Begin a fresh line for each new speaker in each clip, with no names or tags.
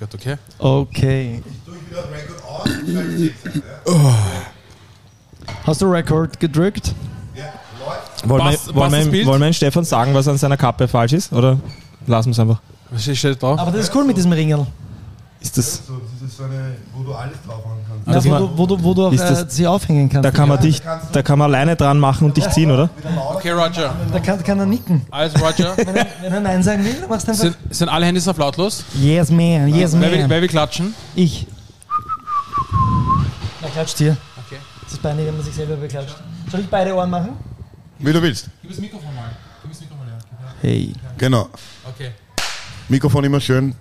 Record, okay?
Okay. Hast du Record gedrückt?
Wollen,
Passt-
wir, wollen,
passt das
wir,
Bild?
ihm- wollen wir ihm Stefan sagen, was an seiner Kappe falsch ist? Oder lassen wir es einfach?
Was steht da?
Aber das ist cool mit diesem Ringel.
Ist das,
So, das ist so eine, wo du alles drauf haben kannst.
Na,
Das
wo,
war-
du, wo, du, wo du auch
Ist das-
äh, sie aufhängen kannst.
da, kann man dich, da kann man alleine dran machen und dich ziehen, oder?
Okay, Roger.
Da kann, kann er nicken.
Also, Roger.
Wenn er, wenn er Nein sagen will, machst du einfach.
Sind, sind alle Handys auf lautlos?
Yes, man, yes,
Wer will,
man.
wer will klatschen?
Ich. Na, klatscht dir.
Okay.
Das ist peinlich, wenn man sich selber beklatscht. Soll ich beide Ohren machen?
Wie du willst.
Gib das Mikrofon mal. Gib das Mikrofon her.
Hey.
Genau.
Okay.
Mikrofon immer schön.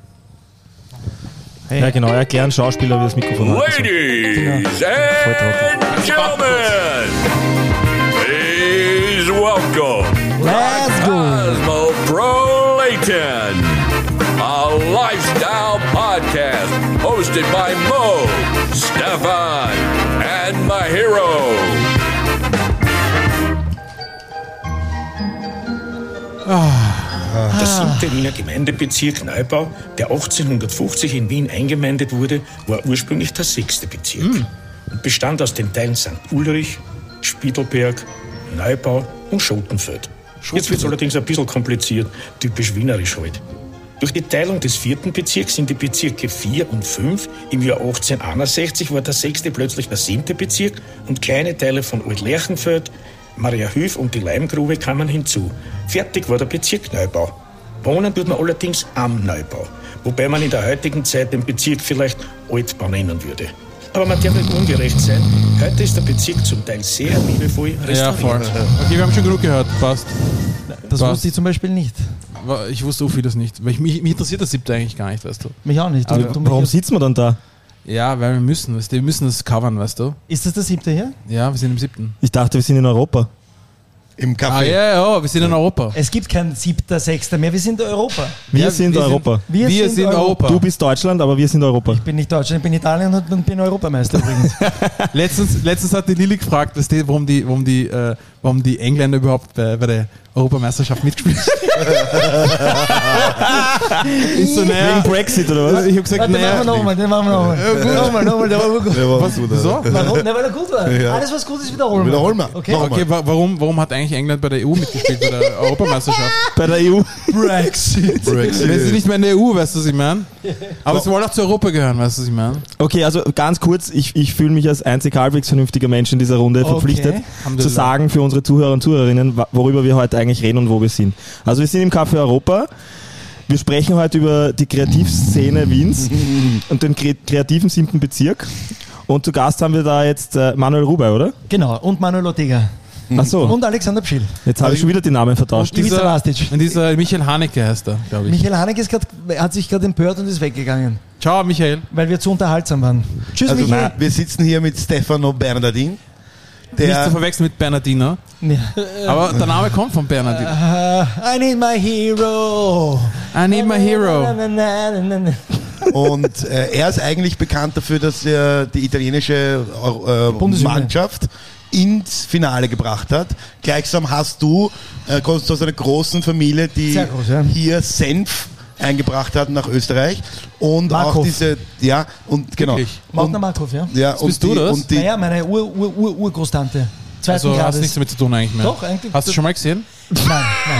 Ja, genau. Erklären Schauspieler, wie das Mikrofon hat. und so.
Ladies and gentlemen, please welcome
Let's go!
Cosmo Pro Layton, a lifestyle podcast hosted by Mo, Stefan, and Mahiro.
Der siebte Wiener Gemeindebezirk Neubau, der 1850 in Wien eingemeindet wurde, war ursprünglich der sechste Bezirk und bestand aus den Teilen St. Ulrich, Spiedelberg, Neubau und Schotenfeld. Jetzt wird es allerdings ein bisschen kompliziert, typisch wienerisch halt. Durch die Teilung des vierten Bezirks in die Bezirke 4 und 5 im Jahr 1861 war der sechste plötzlich der siebte Bezirk und kleine Teile von Old-Lerchenfeld, Mariahöf und die Leimgrube kamen hinzu. Fertig war der Bezirk Neubau. Wohnen tut man allerdings am Neubau, wobei man in der heutigen Zeit den Bezirk vielleicht Altbau nennen würde. Aber man darf nicht ungerecht sein. Heute ist der Bezirk zum Teil sehr liebevoll
Ja,
restauriert.
voll. Okay, wir haben schon genug gehört. Passt.
Das
Passt.
wusste ich zum Beispiel nicht.
Wa- Ich wusste so vieles nicht. Weil ich, mich, mich interessiert das siebte eigentlich gar nicht, weißt du.
Mich auch nicht. Du-
Aber
du-
Also, Warum sitzt man dann da?
Ja, weil wir müssen, weißt du. Wir müssen das covern, weißt du.
Ist das der siebte hier?
Ja, wir sind im siebten.
Ich dachte, wir sind in Europa.
Im Café.
Ah, ja, ja, wir sind in Europa.
Es gibt keinen siebter, sechster mehr. Wir sind Europa.
Wir
Ja,
sind Europa.
wir, sind, Europa.
Du bist Deutschland, aber wir sind Europa.
Ich bin nicht Deutschland, ich bin Italien und- und bin Europameister übrigens.
Letztens, letztens hat die Lilly gefragt, weißt du, warum die, warum die, äh, warum die Engländer überhaupt bei, bei der Europameisterschaft mitgespielt haben. ich so, naja,
Wegen Brexit oder was?
ich hab gesagt,
Warte, den machen wir
naja,
nochmal, den machen wir nochmal. Nochmal, nochmal, der war gut.
Der war
was,
gut,
wieso?
Alter.
Warum? Na, weil er gut war.
Ja.
Alles, was gut ist, wiederholen wir.
Wiederholen wir.
Okay.
Nochmal.
Okay, wa warum, warum hat eigentlich England bei der EU mitgespielt, bei der Europameisterschaft?
Bei der E EU.
Brexit.
Brexit.
Wir sind nicht mehr in der EU, weißt du, was ich meine? Aber sie wollen auch zu Europa gehören, weißt du, was ich meine?
Okay, also ganz kurz, ich, ich fühle mich als einzig halbwegs vernünftiger Mensch in dieser Runde verpflichtet,
Alhamdulillah.
zu sagen für unsere Zuhörer und Zuhörerinnen, wa- worüber wir heute eigentlich reden und wo wir sind. Also wir sind im Café Europa. Wir sprechen heute über die Kreativszene Wiens und den kre- kreativen siebten Bezirk. Und zu Gast haben wir da jetzt äh, Manuel Rubey, oder?
Genau, und Manuel Ortega.
Ach so,
Und Alexander Pschill.
jetzt habe ich schon wieder die Namen vertauscht.
Ivica Rastic.
und dieser Michael Haneke heißt er, glaube ich.
Michael Haneke ist grad, hat sich gerade empört und ist weggegangen,
Ciao, Michael.
weil wir zu unterhaltsam waren. Tschüss,
Also,
Michael.
wir sitzen hier mit Stefano Bernardin.
Nicht zu
Der,
verwechseln mit Bernardino. Aber der Name kommt von Bernardino.
Ja. I need my hero.
I need my hero.
Na, na, na, na, na.
und äh, er ist eigentlich bekannt dafür, dass er die italienische äh, äh,
Bundeshymne.
Mannschaft ins Finale gebracht hat. Gleichsam hast du, äh, kommst du aus einer großen Familie, die
Sehr groß, ja.
hier Senf eingebracht hat nach Österreich. Und auch
Markov.
diese, ja, und genau.
Wirklich?
Mautner
Und,
Markov, ja.
ja,
Das
und
bist
die,
du das?
Und die,
Naja, meine Ur- Ur- Ur- Urgroßtante. Zweiten
Also hast
Grades.
nichts damit zu tun eigentlich mehr.
Doch, eigentlich-
Hast du schon mal gesehen?
Nein, nein.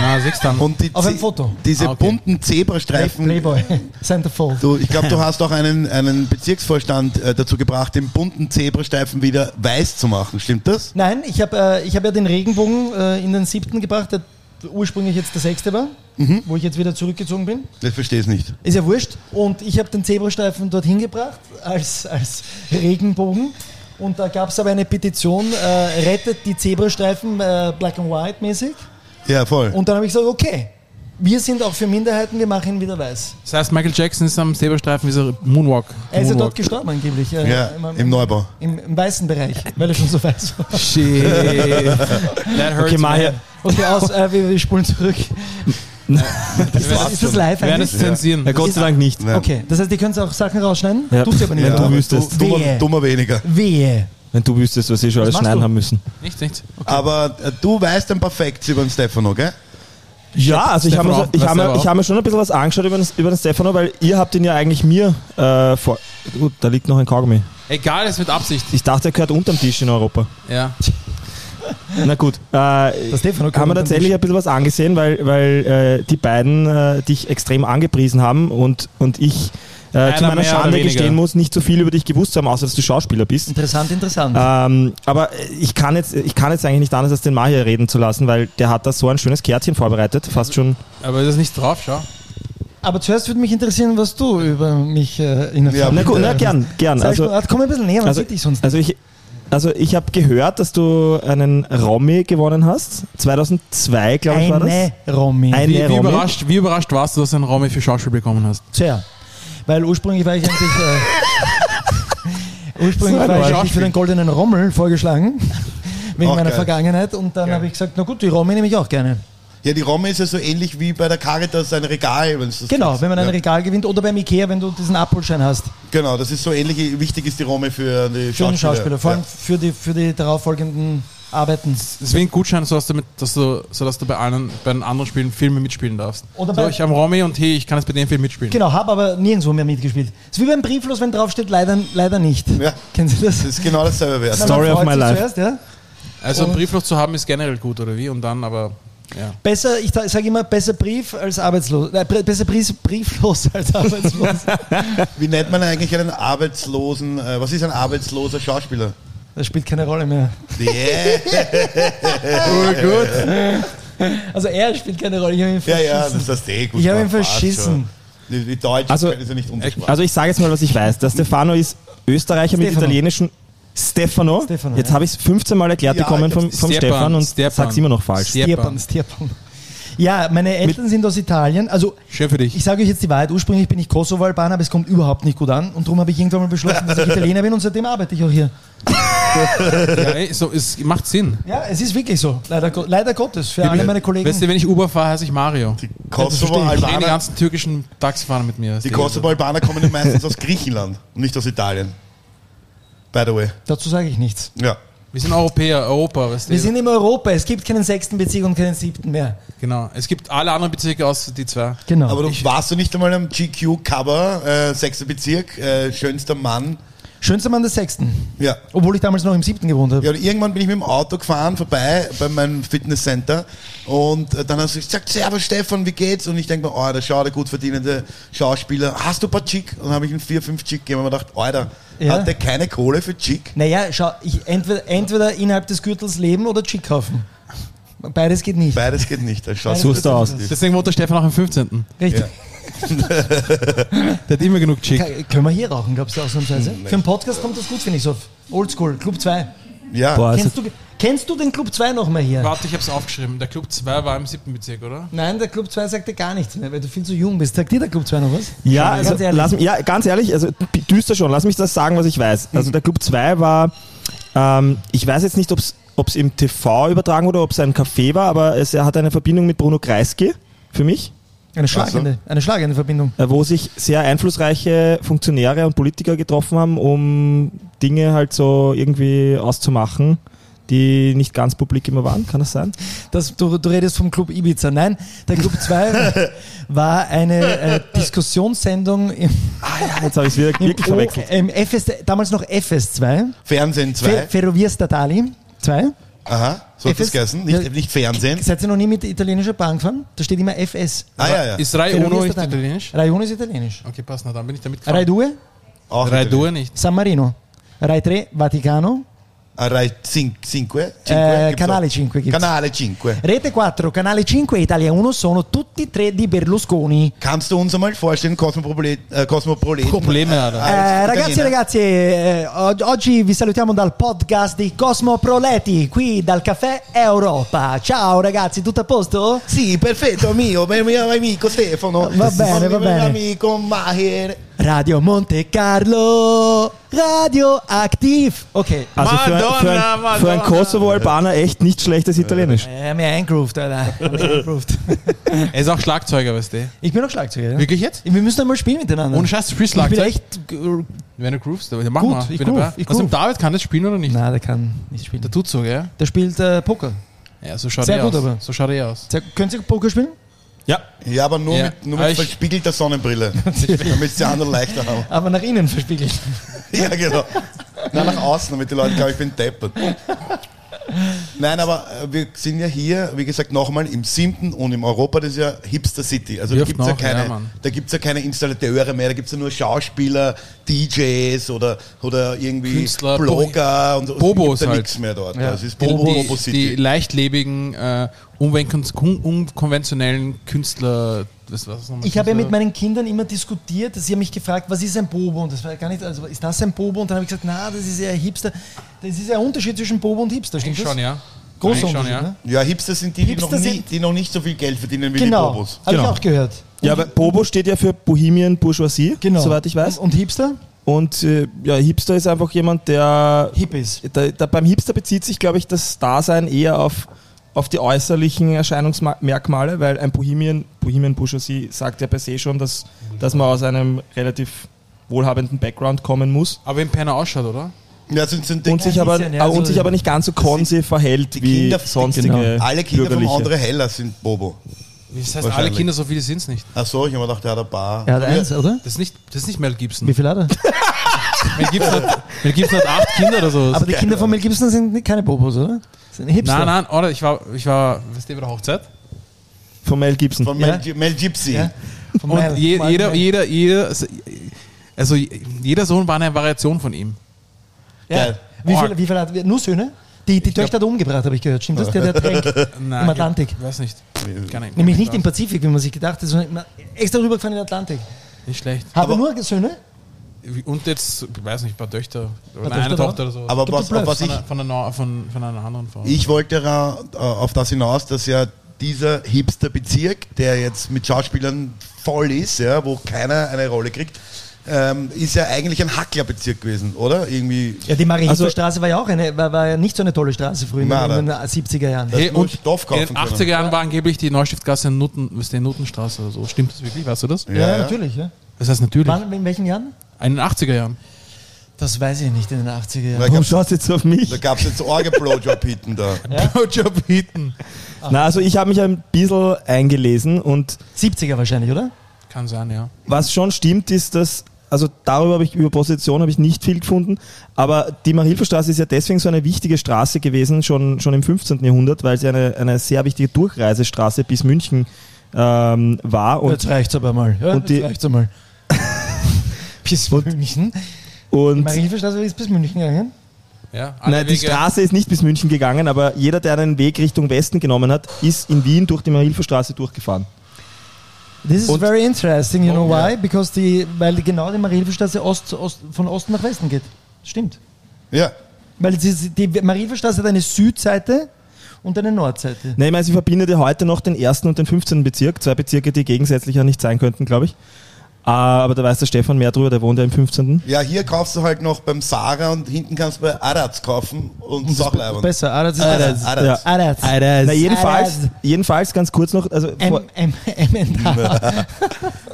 Na, siehst dann.
Und die
Auf einem
Ze-
Foto.
Diese
Ah, okay.
bunten Zebrastreifen.
Playboy. Centerfold.
Du, ich glaube, du hast auch einen, einen Bezirksvorstand äh, dazu gebracht, den bunten Zebrastreifen wieder weiß zu machen. Stimmt das?
Nein, ich habe äh, ich hab ja den Regenbogen äh, in den siebten gebracht, der ursprünglich jetzt der sechste war,
Mhm.
wo ich jetzt wieder zurückgezogen bin.
Ich verstehe es nicht.
Ist ja wurscht. Und ich habe den Zebrastreifen dorthin gebracht als, als Regenbogen. Und da gab es aber eine Petition, äh, rettet die Zebrastreifen äh, black and white mäßig.
Ja, voll.
Und dann habe ich gesagt, okay, wir sind auch für Minderheiten, wir machen ihn wieder weiß.
Das heißt, Michael Jackson ist am Zebrastreifen dieser Moonwalk.
Er ist ja dort
Moonwalk.
gestorben angeblich. äh,
ja,
im,
im
im,
Neubau.
im, weißen Bereich, weil er schon so weiß war.
Shit. That hurts.
Okay, Maja,
man.
Okay, aus, äh, wir, wir spulen zurück. ist, das, ist das live
Wir werden es
eigentlich?
zensieren.
ja, äh, Gott sei Dank nicht.
Nein.
Okay, das heißt, ihr könnt auch Sachen rausschneiden?
Ja.
Tut ihr aber nicht.
Wenn du
aber
wüsstest.
du- Dummer,
Wehe.
dummer weniger.
Wehe.
Wenn du wüsstest, was wir schon alles
machst
schneiden
du?
haben müssen.
Nichts, nichts.
Aber äh, du weißt ein paar Facts über den Stefano, gell?
Ja, also ich habe
Stefano
mir,
auch,
ich
weiß
hab mir,
selber
ich
auch.
hab mir schon ein bisschen was angeschaut über den, über den Stefano, weil ihr habt ihn ja eigentlich mir äh, vor... Gut, da liegt noch ein Kaugummi.
Egal, ist mit Absicht.
Ich dachte, er gehört unterm Tisch in Europa.
Ja.
Na gut, äh,
Stefano
haben wir
kommt
tatsächlich ein bisschen was angesehen, weil, weil äh, die beiden äh, dich extrem angepriesen haben und, und ich äh,
Einer
zu meiner
mehr oder
Schande
weniger.
gestehen muss, nicht so viel über dich gewusst zu haben, außer dass du Schauspieler bist.
Interessant, interessant.
Ähm, aber ich kann, jetzt, ich kann jetzt eigentlich nicht anders, als den Mahir reden zu lassen, weil der hat da so ein schönes Kärtchen vorbereitet, fast schon.
Aber das ist nicht drauf, schau.
Aber zuerst würde mich interessieren, was du über mich äh, in der
Ja,
Na gut, na gern, gern.
Also,
Also,
mal, komm ein bisschen näher, man
also,
sieht dich sonst
also ich, also ich habe gehört, dass du einen Romy gewonnen hast. 2002, glaube ich, war das.
Eine Romy.
Ein-
Wie,
Nee,
wie,
Romy.
überrascht, wie überrascht warst du, dass du einen Romy für Schauspiel bekommen hast?
Tja, weil ursprünglich war ich eigentlich... Äh,
So
ursprünglich
ein
war ich eigentlich
Schauspiel.
für den goldenen Rommel vorgeschlagen, wegen
Auch
meiner
geil.
Vergangenheit. Und dann
Geil.
habe ich gesagt, na gut, die Romy nehme ich auch gerne.
Ja, die Romme ist ja so ähnlich wie bei der Caritas ein Regal. Wenn's das
Genau, wenn man ein
ja.
Regal gewinnt oder beim Ikea, wenn du diesen Abholschein hast
Genau, das ist so ähnlich. Wichtig ist die Romme für die
für
Schauspieler.
den Schauspieler, vor allem
Ja.
für die, für die darauffolgenden Arbeiten.
Deswegen Gutschein, so dass du, mit, dass du, so dass du bei, einen, bei den anderen Spielen Filme mitspielen darfst.
Oder
so,
bei-
ich am Romy und hey, ich kann jetzt bei dem Film mitspielen.
Genau, habe aber nirgendwo mehr mitgespielt. Ist wie beim Brieflos, wenn draufsteht, leider, leider nicht.
Ja.
Kennen Sie das?
Das ist genau dasselbe wert.
Man
Story of
freut
my
sich
life.
Zuerst, ja?
Also
Und-
Briefloch zu haben ist generell gut, oder wie? Und dann aber, ja.
Besser, ich sage immer, besser Brief als arbeitslos. Nein, br- besser Brief, brieflos als arbeitslos.
Wie nennt man eigentlich einen arbeitslosen, äh, was ist ein arbeitsloser Schauspieler?
Das spielt keine Rolle mehr.
Yeah.
Also er spielt keine Rolle. Ich habe ihn
ja,
verschissen.
ja, das ist das eh gut.
Ich habe ihn
gemacht, passt
verschissen.
schon. Die, die Deutschen
Also-
können es ja nicht untersprechen.
Also ich sage jetzt mal, was ich weiß. Der Stefano ist Österreicher mit
Stefano.
italienischen Stefano.
Stefano,
jetzt
ja.
habe ich es 15 Mal erklärt
Ja,
bekommen
ich
vom,
hab's-
vom
Stepan,
Stefan und
Stepan.
sag's immer noch falsch.
Ste-
Stierpan, Stierpan. Ja, meine Eltern sind aus Italien. Also
Schön für dich.
Ich sage euch jetzt die Wahrheit. Ursprünglich bin ich Kosovo-Albaner, aber es kommt überhaupt nicht gut an. Und darum habe ich irgendwann mal beschlossen, dass ich Italiener bin und seitdem arbeite ich auch hier.
ja, ey, so, es macht Sinn.
Ja, es ist wirklich so. Leider, Go- leider Gottes. Für alle meine Kollegen.
Weißt du, wenn ich Uber fahre, heiße ich Mario. Die ich rede die
Kosovo-Albaner
ganzen türkischen Taxifahrer mit mir.
die Kosovo-Albaner kommen ja meistens aus Griechenland und nicht aus Italien. By the way.
Dazu sage ich nichts.
Ja.
Wir sind Europäer, Europa, weißt du?
Wir sind in Europa. Es gibt keinen sechsten Bezirk und keinen siebten mehr.
genau. Es gibt alle anderen Bezirke außer die zwei.
Genau.
Aber du warst du nicht einmal am GQ-Cover, äh, sechster Bezirk, äh, schönster Mann.
Schönster Mann des sechsten.
Ja.
Obwohl ich damals noch im siebten gewohnt habe.
Ja, und irgendwann bin ich mit dem Auto gefahren vorbei bei meinem Fitnesscenter und äh, dann hast du gesagt, Servus Stefan, wie geht's? Und ich denke mir, Alter, schau, der gut verdienende Schauspieler, hast du ein paar Chick? Und dann habe ich ihm vier, fünf Chick gegeben und mir gedacht, Alter,
Ja.
hat der keine Kohle für Chick?
Naja, schau, ich entweder, entweder innerhalb des Gürtels leben oder Chick kaufen. Beides geht nicht.
Beides geht nicht. Also Da schaust
Suchst du aus.
Deswegen wohnt der Stefan auch im 15.
Richtig.
Der hat immer genug Chick.
Ka- Können wir hier rauchen, glaubst du, ausnahmsweise? Für einen Podcast kommt das gut, finde ich so. Oldschool, Club 2.
Ja,
Boah, also,
Kennst du, kennst du den Club 2 noch mal hier?
Warte, ich hab's aufgeschrieben. Der Club 2 war im 7. Bezirk, oder?
Nein, der Club 2 sagt dir gar nichts mehr, weil du viel zu jung bist. Sagt dir der Club 2 noch was?
ja,
Ganz
also,
ehrlich.
lass, mich- ja, ganz ehrlich, also düster schon, lass mich das sagen, was ich weiß.
Mhm.
Also der Club 2 war, ähm, ich weiß jetzt nicht, ob's ob's im TV übertragen wurde, ob es ein Café war, aber es er hat eine Verbindung mit Bruno Kreisky für mich.
Eine schlagende, eine schlagende Verbindung.
äh, wo sich sehr einflussreiche Funktionäre und Politiker getroffen haben, um Dinge halt so irgendwie auszumachen, die nicht ganz publik immer waren. Kann das sein?
Das, du, du redest vom Club Ibiza. Nein, der Club 2 war eine äh, Diskussionssendung im,
Jetzt habe ich es
im,
wieder wirklich verwechselt.
O- im FS, damals noch FS2,
Fernsehen 2.
Fe, Ferrovia Statali 2.
Aha, so hat
FS
das geheißen. Nicht,
Ja.
nicht Fernsehen.
Seid ihr noch nie mit italienischer Bahn gefahren? Da steht immer FS.
Ah ja, ja.
Ist Rai Uno nicht italienisch?
Rai Uno ist italienisch.
Okay, passt, na dann bin ich damit
Rai 2,
Auch
Rai
italienisch.
Due nicht.
San Marino. Rai 3, Vaticano.
Ah, Rai Cin- Cinque?
Eh,
gibt's
Canale
auch.
5 gibt's.
Canale 5.
Rete 4, Canale 5 e Italia 1 sono tutti e tre di Berlusconi.
Kannst du uns einmal vorstellen, Cosmoprolet, äh, Cosmoproleten?
Probleme, Alter.
Eh, ragazzi e
Italiener.
ragazze, eh, og- oggi vi salutiamo dal podcast di Cosmo Proleti, qui dal caffè Europa. Ciao ragazzi, tutto a posto?
Sì, perfetto, mio, per mio amico Stefano.
Va bene, va
Mio
bene.
amico Maher.
Radio Monte Carlo, Radio Aktiv. Okay.
Also für, ein- für,
Madonna,
ein, für einen
Madonna.
Kosovo-Albaner echt nicht schlechtes Italienisch.
Äh, mir eingroovt, Alter. Hab mich eingroovt.
Er ist auch Schlagzeuger, weißt du?
Ich bin auch Schlagzeuger. ja.
Wirklich jetzt?
Wir müssen einmal spielen miteinander.
Ohne Scheiß, du spielst
ich bin
Schlagzeug.
echt.
Wenn du groovst, aber mach
Gut,
mal.
ich
bin dabei.
groove, ich
Was
groove.
im David kann das spielen oder nicht?
Nein, der kann nicht spielen.
Der tut so, gell?
Der spielt äh, Poker.
Ja, so schaut
Sehr
er
gut
aus.
aber.
So schaut er aus.
Sehr- Können Sie Poker spielen?
Ja.
Ja, aber nur
Ja.
mit, nur
Aber
mit
ich-
verspiegelter Sonnenbrille, damit es die anderen leichter haben.
Aber nach innen verspiegelt.
Ja, genau. Nein, nach außen, damit die Leute glauben, ich bin deppert. Nein, aber äh, wir sind ja hier, wie gesagt, nochmal im siebten und im Europa, das ist ja Hipster City. Also da
Wirft
gibt es ja,
nach, ja,
keine-
Mann.
da gibt's ja keine Installateure mehr, da gibt es ja nur Schauspieler, DJs oder, oder irgendwie
Künstler,
Blogger und so. Es
Bobos
gibt ja
halt.
nichts mehr dort.
Ja.
Das ist Bobo,
Die,
Bobo
die, die
City.
leichtlebigen, äh, unwenkens- un- unkonventionellen Künstler. Das, was ist nochmal
Ich habe ja
Künstler?
mit meinen Kindern immer diskutiert, sie haben mich gefragt, was ist ein Bobo? Und das war gar nicht, also ist das ein Bobo? Und dann habe ich gesagt, na, das ist ja Hipster. Das ist ja ein Unterschied zwischen Bobo und Hipster, stimmt
Eigentlich
das?
schon, ja.
Großer
Eigentlich
Unterschied,
ja.
ne?
Ja, Hipster sind die, die,
Hipster
noch nie,
sind-
die noch nicht so viel Geld verdienen wie die
Genau, habe
Bobos.
ich
Genau.
auch gehört.
Ja, aber Bobo steht ja für Bohemian Bourgeoisie,
Genau.
soweit ich weiß.
Und, und Hipster?
Und äh, ja, Hipster ist einfach jemand, der.
Hippies.
Da, da, beim Hipster bezieht sich, glaube ich, das Dasein eher auf, auf die äußerlichen Erscheinungsmerkmale, weil ein Bohemian, Bohemian Bourgeoisie sagt ja per se schon, dass, dass man aus einem relativ wohlhabenden Background kommen muss
Aber wenn Penner ausschaut, oder?
Ja, sind, sind
und sich
ein
aber,
bisschen, ja,
und
so-
sich aber nicht ganz so konsi verhält wie
Kinder- die
sonstige
Kinder, alle Kinder vom
bürgerliche.
anderen Heller sind Bobo.
Das heißt, alle
Wahrscheinlich.
Kinder, so viele sind es nicht.
Ach so, ich habe mir gedacht, der hat ein paar.
Er hat eins, oder?
Das ist nicht, das ist nicht Mel Gibson.
Wie viel hat er?
Mel Gibson hat, Mel Gibson hat acht Kinder oder so.
Aber die Kinder von Mel Gibson sind nicht- keine Bobos, oder? Sind Hipster.
nein, nein, oder? Ich war, ich war, weißt du, bei der Hochzeit.
Von Mel Gibson.
Von Mel,
Ja.
Gi- Mel Gipsy.
Ja. Von
Und
Mel-
je,
Mel-
jeder,
Mel-
jeder, jeder, also, also jeder Sohn war eine Variation von ihm.
Ja.
Geil.
Wie
Oh.
viel, wie viel hat Nur Söhne? Die, die Töchter hat er umgebracht, habe ich gehört. Stimmt das? Der, der tränkt im
Nein,
Atlantik.
Ich weiß nicht.
Äh,
Keine Ahnung.
Nämlich nicht im Pazifik, wie man sich gedacht hat, sondern extra rübergefahren in den Atlantik.
Nicht schlecht.
Habe nur Söhne?
Und jetzt, ich weiß nicht, ein paar Töchter. Oder
Töchter
eine
da?
Tochter oder so.
Aber
Du
was,
bleibst
auf was
von,
ich,
einer, von, einer, von, von einer anderen Frau.
ich wollte ja äh, auf das hinaus, dass ja dieser hipster Bezirk, der jetzt mit Schauspielern voll ist, ja, wo keiner eine Rolle kriegt, ähm, ist ja eigentlich ein Hacklerbezirk gewesen, oder? Irgendwie.
Ja, die
Also-
Marie-Hilfer-Straße war ja auch eine, war, war ja nicht so eine tolle Straße früher in
Nein,
den
nein.
70er Jahren.
Hey,
Hey,
nur
und
Stoff kaufen
in den 80er Jahren war angeblich die Neustiftgasse in, Nutten, was ist die Nutenstraße oder so. Stimmt das wirklich? Weißt du das?
ja, natürlich. Ja.
Das heißt natürlich.
Wann, in welchen Jahren?
In den 80er Jahren.
Das weiß ich nicht, in den 80er Jahren.
Da
Warum
gab's-
schaust du jetzt auf mich?
Da gab es jetzt Orge-Blowjob-Hitten da.
Blowjob Heaton.
Na, also ich habe mich ein bisschen eingelesen und
70er wahrscheinlich, oder?
Kann sein, ja.
Was schon stimmt, ist, dass, also darüber habe ich, über Prostitution habe ich nicht viel gefunden, aber die Marilferstraße ist ja deswegen so eine wichtige Straße gewesen, schon, schon im 15. Jahrhundert, weil sie eine, eine sehr wichtige Durchreisestraße bis München ähm, war. Und,
jetzt reicht's aber mal. Ja,
und die-
jetzt reicht's einmal. bis München.
und
Marie-Hilfer-Straße ist bis München gegangen.
ja alle
nein, die
Wege-
Straße ist nicht bis München gegangen, aber jeder, der einen Weg Richtung Westen genommen hat, ist in Wien durch die Marilferstraße durchgefahren.
This is
Und-
very interesting, you know
Oh, ja.
why? Because die, weil die, genau die Marie-Hilfer-Straße Ost, Ost, von Osten nach Westen geht. Stimmt.
Ja.
Weil sie, die Marie-Hilfer-Straße hat eine Südseite und eine Nordseite.
Nein, ich meine, sie verbindet ja heute noch den ersten und den 15. Bezirk. Zwei Bezirke, die gegensätzlicher nicht sein könnten, glaube ich. Ah, Aber da weiß der Stefan mehr drüber, der wohnt ja im 15.
ja, hier kaufst du halt noch beim Sarah und hinten kannst du bei Aratz kaufen und Sachleiben.
Besser, Araz ist
Aratz.
Araz.
Ja.
Aratz.
Araz.
Na, jedenfalls,
Araz.
jedenfalls ganz kurz noch, also vor,
M, M, M, N,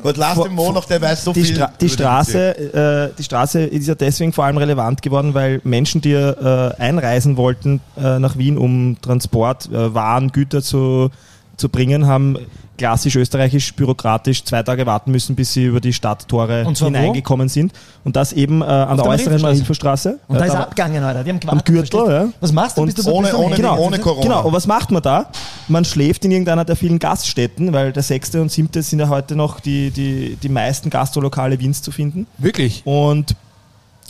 Und lass den Mo noch, der weiß so
die,
viel.
Stra
über
die,
den Bezirk.
Straße, äh, die Straße ist ja deswegen vor allem relevant geworden, weil Menschen, die äh, einreisen wollten äh, nach Wien, um Transport, äh, Waren, Güter zu, zu bringen, haben klassisch österreichisch bürokratisch zwei Tage warten müssen, bis sie über die Stadttore
Und zwar wo?
hineingekommen sind. Und das eben äh, an der
der
äußeren Äh,
Marie-Hilfer-Straße.
Hilferstraße.
Und da ist er abgegangen, Alter. Die haben gewartet.
am Gürtel,
verstehst du?
ja.
Was machst du?
Und
Bist du
ohne-
bist du
ohne-
genau.
ohne Corona.
Genau, und was macht man da? Man schläft in irgendeiner der vielen Gaststätten, weil der sechste und siebte sind ja heute noch die, die, die meisten Gastrolokale Wiens zu finden.
Wirklich?
Und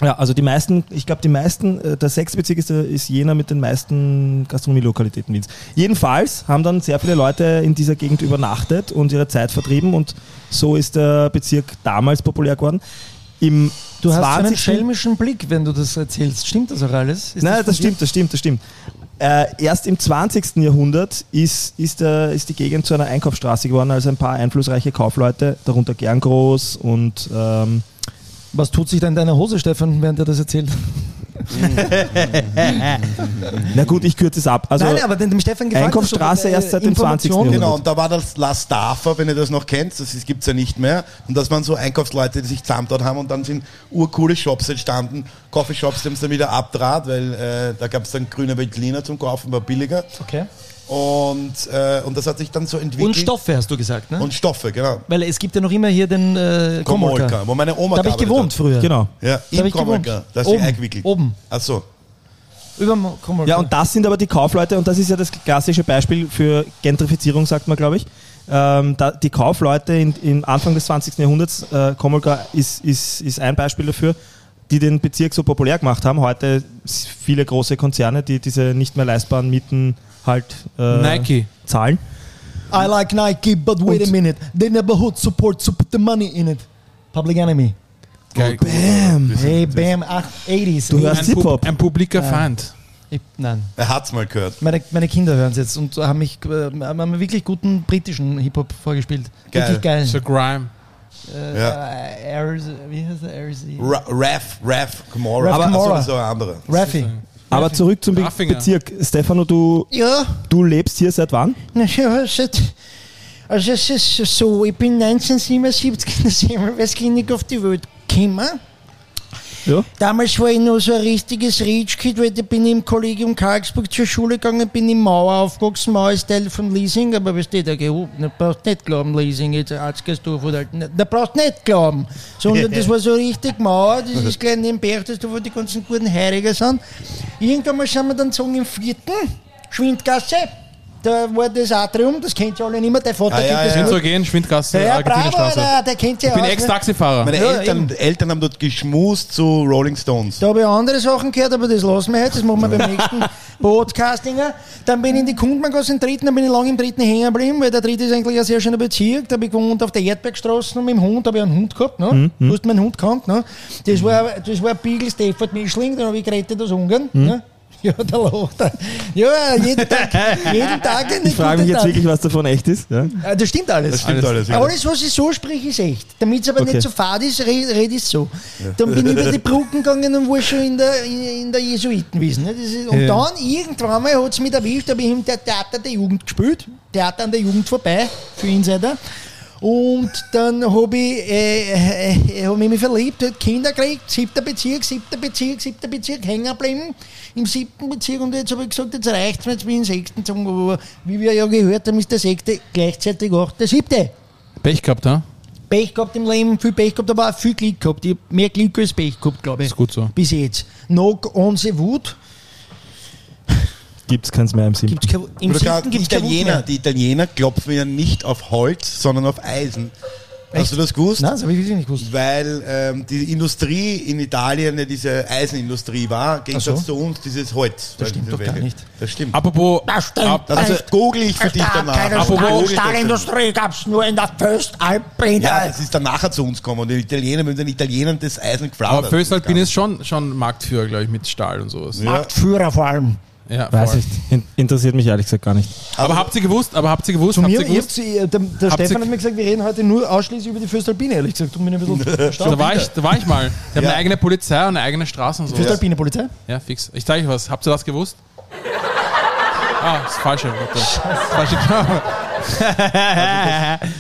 ja, also die meisten, ich glaube, die meisten, äh, der sechste Bezirk ist, der, ist jener mit den meisten Gastronomielokalitäten Wiens. Jedenfalls haben dann sehr viele Leute in dieser Gegend übernachtet und ihre Zeit vertrieben und so ist der Bezirk damals populär geworden. Im
Du hast so einen
20.
schelmischen Blick, wenn du das erzählst. Stimmt das auch alles? Ist
Nein,
von
das
dir?
stimmt, das stimmt, das stimmt. Äh, erst im 20. Jahrhundert ist, ist, der, ist die Gegend zu einer Einkaufsstraße geworden, als ein paar einflussreiche Kaufleute, darunter Gerngroß und ähm,
Was tut sich da in deiner Hose, Stefan, während er das erzählt?
Also na gut, ich kürze es ab. Also,
Nein, aber dem Stefan gefällt
Einkaufsstraße erst seit dem 20. Jahrhundert.
Genau, und da war das La Staffer, wenn ihr das noch kennt, das gibt es ja nicht mehr. Und das waren so Einkaufsleute, die sich zusammengetan haben und dann sind urcoole Shops entstanden. Coffeeshops, die haben es dann wieder abdraht, weil äh, da gab es dann grüne Veltliner zum Kaufen, war billiger.
Okay.
Und, äh, und das hat sich dann so entwickelt.
Und Stoffe, hast du gesagt, ne?
Und Stoffe, genau.
Weil es gibt ja noch immer hier den äh, Komolka.
Komolka, wo meine Oma
Da habe ich
gearbeitet
gewohnt
hat.
früher.
Genau.
Ja,
hab
im
ich gewohnt.
Komolka. Da ist sie
Oben,
eingewickelt.
oben.
Ach so.
Über dem Komolka.
Ja, und das sind aber die Kaufleute, und das ist ja das klassische Beispiel für Gentrifizierung, sagt man, glaube ich. Ähm, da, die Kaufleute in, im Anfang des 20. Jahrhunderts, äh, Komolka ist, ist, ist ein Beispiel dafür, die den Bezirk so populär gemacht haben. Heute s- viele große Konzerne, die diese nicht mehr leistbaren Mieten halt äh,
Nike.
zahlen.
I like Nike, but wait a minute. The neighborhood supports to put the money in it. Public Enemy.
Geil.
Hey, bam, ach, 80s.
Du hörst-
Ein,
Hip-Hop.
Pub, ein publiker Feind.
Ich, nein.
Er hat's mal gehört.
Meine, meine Kinder hören es jetzt und haben mich äh, haben einen wirklich guten britischen Hip-Hop vorgespielt.
Geil.
Wirklich geil.
So Grime.
äh,
Ja.
äh, Ares, wie heißt der? Ares?
Ra Raf, Raf, Gamora.
Raf
Aber
Gamora.
so ein anderer.
Raffi.
Aber zurück zum Be
Graffinger.
Bezirk. Stefano, du,
Ja,
du lebst hier seit wann?
Ja, seit, also es ist so, ich bin 1977 in der Semmelweisklinik auf die Welt gekommen.
Ja.
Damals war ich noch so ein richtiges Rätschkid, weil da bin ich im Kollegium Karlsburg zur Schule gegangen, bin in Mauer aufgewachsen, Mauer ist Teil von Leasing, aber was steht da gehoben? Da brauchst nicht glauben, Leasing, jetzt Arztgersdorf oder Alten- da brauchst nicht glauben, sondern das war so richtig Mauer, das ist gleich neben Berchtesdorf, wo die ganzen guten Heiriger sind. Irgendwann mal sind wir dann gezogen im vierten, Schwindgasse, da war das Atrium, das kennt ihr alle nicht mehr, der Vater
Ah, ja,
kennt das
ja.
gut.
Insurgen, Schwindgasse,
Ja, bravo,
Argentinerstraße.
Alter, der kennt ja
Ich bin
aus, ne?
Ex-Taxifahrer.
Meine
Ja,
Eltern, Eltern haben dort geschmust zu Rolling Stones.
Da habe ich andere Sachen gehört, aber das lassen wir heute, das machen wir beim nächsten Podcastinger. Dann bin ich in die Kundmanngasse im dritten, dann bin ich lange im dritten hängen geblieben, weil der dritte ist eigentlich ein sehr schöner Bezirk. Da habe ich gewohnt auf der Erdbergstraße und mit dem Hund, habe ich einen Hund gehabt, ne? Du hast meinen Hund gekannt, ne? Das war, das war ein Beagle Stafford Mischling, den habe ich gerettet aus Ungarn, ne? Ja, da lacht er. Ja, jeden Tag, jeden Tag eine
Ich frage mich
gute
jetzt
Tat.
wirklich, was davon echt ist. Ja.
Ah, Das stimmt
Das
alles.
stimmt alles. ja.
Alles, was ich so spreche, ist echt. Damit es aber
Okay.
nicht so fad ist, rede red ich so. Dann bin ich über die Brücken gegangen und war schon in der, in, in der Jesuitenwiesen. Ne? Das ist, und
Ja.
dann irgendwann mal hat es mich erwischt, da habe ich im Theater der Jugend gespielt. Theater an der Jugend vorbei, für Insider. Und dann habe ich, äh, äh, hab ich mich verliebt, hab Kinder gekriegt, siebter Bezirk, siebter Bezirk, siebter Bezirk, hängen geblieben im siebten Bezirk. Und jetzt habe ich gesagt, jetzt reicht es mir, jetzt bin ich im sechsten gezogen. Aber wie wir ja gehört haben, ist der sechste gleichzeitig auch der siebte.
Pech gehabt, ha?
Pech gehabt im Leben, viel Pech gehabt, aber auch viel Glück gehabt. Ich hab mehr Glück als Pech gehabt, glaube ich.
Ist gut so.
Bis jetzt. Knock on the wood.
Gibt es keins mehr im Sim.
Gibt's kein, Im
Oder gar-
siebten
die,
gibt es kein Wood
Italiener,
mehr.
die Italiener klopfen ja nicht auf Holz, sondern auf Eisen. Hast du das gewusst?
Nein, das habe ich wirklich nicht gewusst.
Weil ähm, die Industrie in Italien ja diese Eisenindustrie war, im Gegensatz
Ach so.
zu uns dieses Holz. Das
stimmt doch gar nicht.
Das stimmt.
Apropos,
stimmt.
ab,
also google ich für dich danach. Google ich das für dich.
gab es nur in der Föstalpine.
Ja, das ist dann nachher zu uns gekommen. Und die Italiener, mit den Italienern das Eisen geflattert.
aber Föstalpin ist schon, schon Marktführer, glaube ich, mit Stahl und sowas.
Ja.
Marktführer vor allem.
Ja,
Weiß
voll.
ich. In interessiert mich ehrlich gesagt gar nicht.
Aber habt ihr gewusst, aber habt ihr gewusst,
Zu
habt
mir,
ihr
ich
gewusst,
hab's, ich, der, der
Habt ihr-
Stefan hat mir gesagt, wir reden heute nur ausschließlich über die Föstalpine, ehrlich gesagt. Und bin ich ein bisschen
da war ich, da war ich mal. Die haben
Ja.
eine eigene Polizei und eine eigene Straße und sowas.
Föstalpine Polizei?
Ja, fix. Ich zeige euch was. Habt ihr das gewusst? Ah, das falsche. Warte. Falsche Knopf.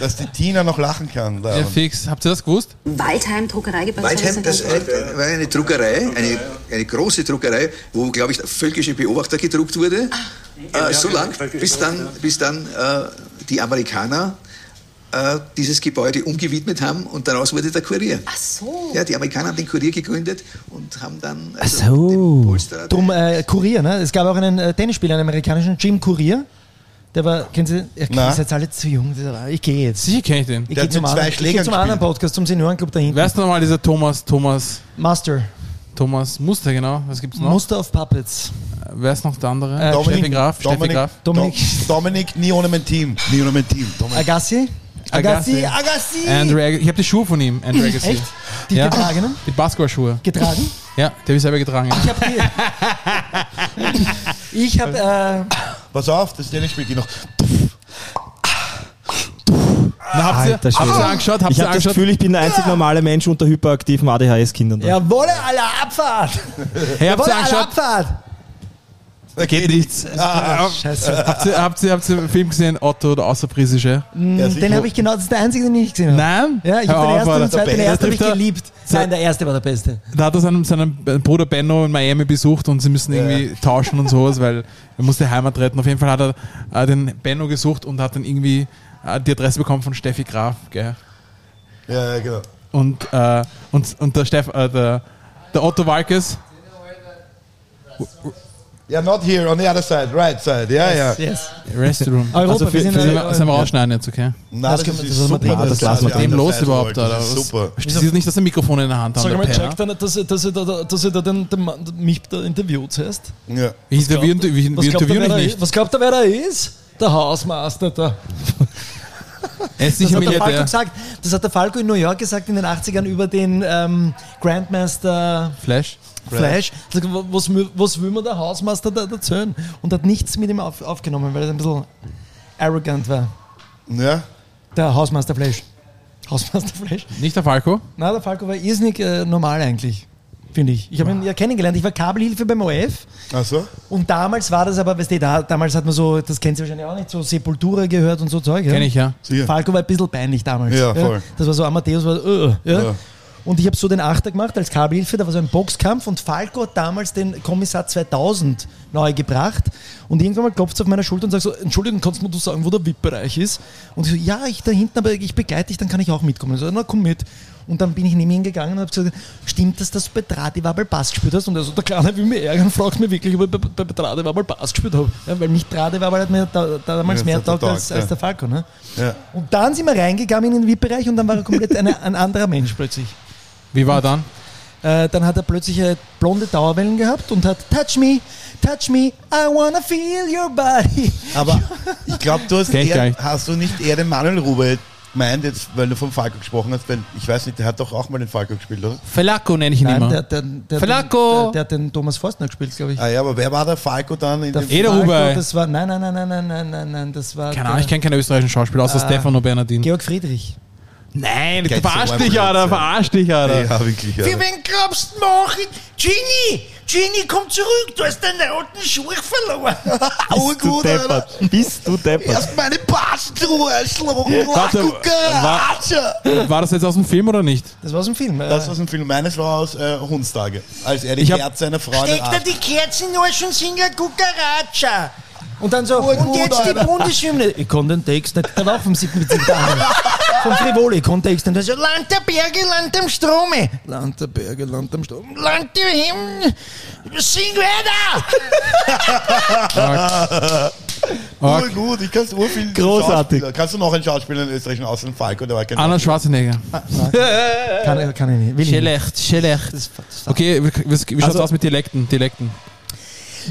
Dass die Tina noch lachen kann. Da.
Ja, fix. Habt ihr das gewusst?
Waldheim Druckerei gibt es
Weidheim, das äh, war eine Druckerei, eine, eine große Druckerei, wo, glaube ich, der völkische Beobachter gedruckt wurde.
Ah.
Äh, so lang, bis dann, bis dann äh, die Amerikaner äh, dieses Gebäude umgewidmet haben und daraus wurde der Kurier.
Ach so.
Ja, die Amerikaner haben den Kurier gegründet und haben dann also
Ach so.
den Polster.
Drum äh, Kurier, ne? Es gab auch einen äh, Tennisspieler, einen amerikanischen, Jim Kurier. Der war, kennen Sie, ihr
Na.
kennt seid alle zu jung. Ich gehe jetzt.
Sicher kenne ich den.
Ich gehe
Der hat
zum,
mit
anderen,
zwei
ich
Schlägern
geh zum anderen
gespielt.
Podcast, zum Seniorenclub da hinten.
Wer Hm? ist denn nochmal dieser Thomas, Thomas,
Master,
Thomas Muster, genau? Was gibt's noch?
Muster of Puppets.
Wer ist noch der andere?
Äh,
Steffi Graf, Steffi
Dominik,
Graf.
Dominik.
Dom- Dominik, nie ohne mein Team. Nie ohne mein Team. Dominik.
Agassi?
Agassi.
Agassi, Agassi!
Andrew Agassi. Ich habe die Schuhe von ihm, Andrew Agassi.
Echt? Die ne?
Ja.
getragenen?
Die Basketballschuhe.
Getragen?
Ja, die habe ich selber getragen. Ja.
Ich habe ich hab, äh,
Pass auf, das Tennisspiel geht noch.
Na, habt ihr
Alter Schwede.
habt ihr angeschaut? Habt
Ich
ihr
habe das
angeschaut?
Gefühl, ich bin der einzig normale Mensch unter hyperaktiven ADHS-Kindern. da.
jawolle, aller Abfahrt!
Hey, habt
Jawolle,
ihr
aller
angeschaut?
Abfahrt!
Da geht nichts. Ah,
Scheiße.
habt, ihr, habt, ihr, habt ihr einen Film gesehen, Otto der Außerfriesische?
Ja, sicher.
Den habe ich genau, das ist der einzige, den ich nicht gesehen habe.
Nein?
Ja, ich
Hör
habe den
auf,
ersten und
Alter.
den
Da
zweiten. Den ersten habe ich
trifft er-
geliebt. Nein, der erste war der beste.
Da hat er seinen, seinen Bruder Benno in Miami besucht und sie müssen irgendwie tauschen und sowas, weil er muss die Heimat retten. Auf jeden Fall hat er äh, den Benno gesucht und hat dann irgendwie äh, die Adresse bekommen von Steffi Graf. Gell?
Ja, ja, genau.
Und, äh, und, und der, Steff, äh, der, der Otto Walkes,
Ja, not here, on the other side, right side. Ja, ja.
Yes.
Restroom.
Europa,
Also für-
wir sind
Das
in
sind wir,
Europa.
sind wir rausschneiden jetzt, okay?
Na, das,
können
ist
wir- das
super.
lassen wir drin.
Das lassen wir
Dem los
Seite,
überhaupt,
Alter,
Alter.
Das ist super.
Verstehst du nicht, dass er Mikrofon in der Hand hat?
Sag
der
mal,
Penner?
checkt er nicht, dass, er- dass, er da- dass er da den, den, Mann- mich da interviewt hast?
Ja.
Wir interviewen, wir,
Was
wir
glaubt er,
interviewen
wer
euch
er
nicht.
ist? Was glaubt er, wer er ist? Der Hausmeister da.
Er ist
Das
sicher
hat, der Falco
Milliardär.
gesagt, das hat der Falco in New York gesagt in den 80ern über den ähm, Grandmaster
Flash.
Flash. Sagt, wa- Was, mü- was will man der Hausmeister da erzählen? Und hat nichts mit ihm auf, aufgenommen, weil er ein bisschen arrogant war.
ja.
Der Hausmeister Flash. Hausmeister Flash.
Nicht der Falco?
Na, der Falco war irrsinnig äh, normal eigentlich, finde ich. Ich habe ihn ja kennengelernt. Ich war Kabelhilfe beim OF
Ach so?
und damals war das aber, weißt du, da, damals hat man so, das kennst du wahrscheinlich auch nicht, so Sepultura gehört und so Zeug. Ja?
Kenn ich ja.
Sicher.
Falco war ein bisschen peinlich damals.
Ja, voll.
Das war so, Amadeus war so, äh, ja.
Ja.
Und ich habe so den Achter gemacht als Kabelhilfe, da war so ein Boxkampf und Falco hat damals den Kommissar 2000 neu gebracht und irgendwann mal klopft auf meiner Schulter und sagt so, Entschuldigung, kannst du mir du sagen, wo der VIP-Bereich ist? Und ich so, ja, ich da hinten, aber ich begleite dich, dann kann ich auch mitkommen. Ich so, na komm mit. Und dann bin ich neben ihn gegangen und habe gesagt, stimmt das, dass du bei Tradiwabel Bass gespielt hast? Und er so, der Kleine will mich ärgern, fragt mich wirklich, ob ich bei, bei, bei Tradiwabel Bass gespielt habe. Ja, weil mich Tradiwabel hat mir da, da damals
Ja,
mehr
das hat er
taugt als,
taugt,
als
ja.
der Falco. Ne?
Ja.
Und dann sind wir reingegangen in den VIP-Bereich und dann war er komplett eine, ein anderer Mensch plötzlich.
Wie war er dann?
Äh, dann hat er plötzlich äh, blonde Dauerwellen gehabt und hat Touch me, touch me, I wanna feel your body.
Aber ich glaube, du hast,
Kenn ich gar
eher,
nicht.
hast du nicht eher den Manuel Rubel meint, jetzt, weil du vom Falco gesprochen hast, weil ich weiß nicht, der hat doch auch mal den Falco gespielt, oder?
Falco nenne ich ihn
Nein, der,
immer.
der, der,
Falco!
Der, der hat den Thomas Forstner gespielt, glaube ich.
Ah ja, aber wer war der Falco dann in dem
Eh der
Falco,
Huber.
Das war, nein, nein, nein, nein, nein, nein, nein, nein, das war
Keine
der
Ahnung, ich kenne keine österreichischen Schauspieler außer Stefano Bernardin.
Georg Friedrich.
Ah. Nein,
Geht's so
verarsch
ein
dich, Alter,
Blödsinn.
verarsch dich, Alter.
Ja, wirklich. Ja.
wen glaubst du machen? Ginny! Ginny, komm zurück, du hast deine alten Schuhe verloren.
Bist du deppert. Bist du deppert.
meine Passtruhe erschlagen,
Warte, War das jetzt aus dem Film oder nicht?
Das war aus dem Film. äh,
Das aus dem Film. Meines war aus äh, Hundstage, als er die
Ich hab-
Kerze seiner Frau in den
Steckt er
Arsch.
die Kerzen in den Arsch und singt eine Cucaracha.
Und dann so, und
gut,
jetzt die
Alter.
Bundeshymne. Ich konnte den Text nicht, der war auch vom 7. Bezirk da. Vom Frivoli, ich konnte den Text nicht.
Also Land der Berge, Land am Strome.
Land der Berge, Land am Sturm.
Land der Himmel. Sing weiter!
Org.
Urgut, ich kann's urviel.
Großartig.
Schauspieler. Kannst du noch einen Schauspieler in Österreich außer dem Falco, der war genau- kein
Arnold Schwarzenegger.
Kann, kann ich nicht. Will ich nicht.
Schlecht, schlecht. Okay, wie, wie schaut's
Also-
aus mit Dialekten? Dialekten.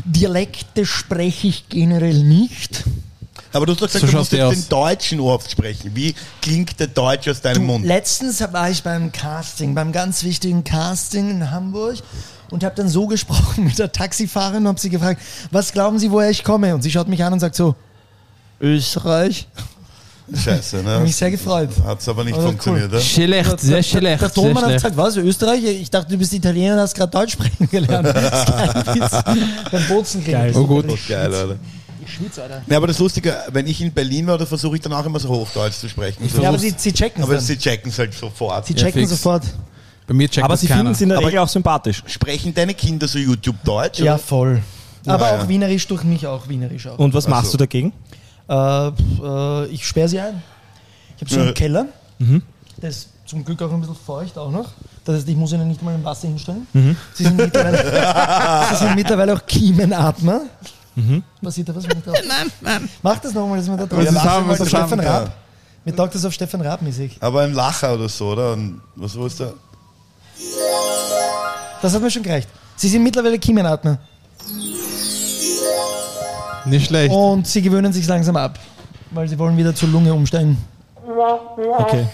Dialekte spreche ich generell nicht.
Aber du hast doch gesagt,
So
du musst
schaut der
jetzt den Deutschen oft sprechen. Wie klingt der Deutsch aus deinem Mund?
Letztens war ich beim Casting, beim ganz wichtigen Casting in Hamburg und habe dann so gesprochen mit der Taxifahrerin und habe sie gefragt, was glauben Sie, woher ich komme? Und sie schaut mich an und sagt so, Österreich.
Scheiße, ne?
Hat mich sehr gefreut.
Hat's aber nicht
Aber cool.
funktioniert, ne? oder?
Schlecht, sehr schlecht.
Der
Sehr
Thomann hat
schlecht.
gesagt, was, Österreich? Ich dachte, du bist Italiener und hast gerade Deutsch sprechen gelernt. Das ist kein Witz. Beim Bozen Geil.
Oh gut.
So geil, Alter.
Schwitz, Alter.
Ja, aber das Lustige, wenn ich in Berlin war, da versuche ich dann auch immer so Hochdeutsch zu sprechen. so,
Ja, aber sie, sie checken
aber
es
sie checken es halt sofort.
Sie checken
fix.
sofort.
Bei mir checkt
Aber
das
sie
keiner.
finden es in der Regel auch sympathisch.
sprechen deine Kinder so YouTube-Deutsch?
Ja,
oder?
voll. Aber
Ja,
auch
ja.
wienerisch durch mich, auch wienerisch auch.
Und was machst
so.
du dagegen?
Äh, pf, äh, ich sperre sie ein. Ich habe so einen
Ja.
Keller.
Mhm.
Der ist zum Glück auch ein bisschen feucht auch noch. Das heißt, ich muss ihnen nicht mal im Wasser hinstellen.
Mhm.
Sie, sind mittlerweile, sie sind mittlerweile auch Kiemenatmer.
Mhm.
Passiert da was? Wenn ich drauf- Mach das nochmal, dass man da drauf
ist haben, was
lass ihn
ist haben,
mal
Stefan
ja.
Raab. Mir taugt das auf Stefan Raab mäßig.
Aber ein Lacher oder so, oder? Und was war da?
Das hat mir schon gereicht. Sie sind mittlerweile Kiemenatmer.
Nicht schlecht.
Und sie gewöhnen sich langsam ab. Weil sie wollen wieder zur Lunge umsteigen.
Okay.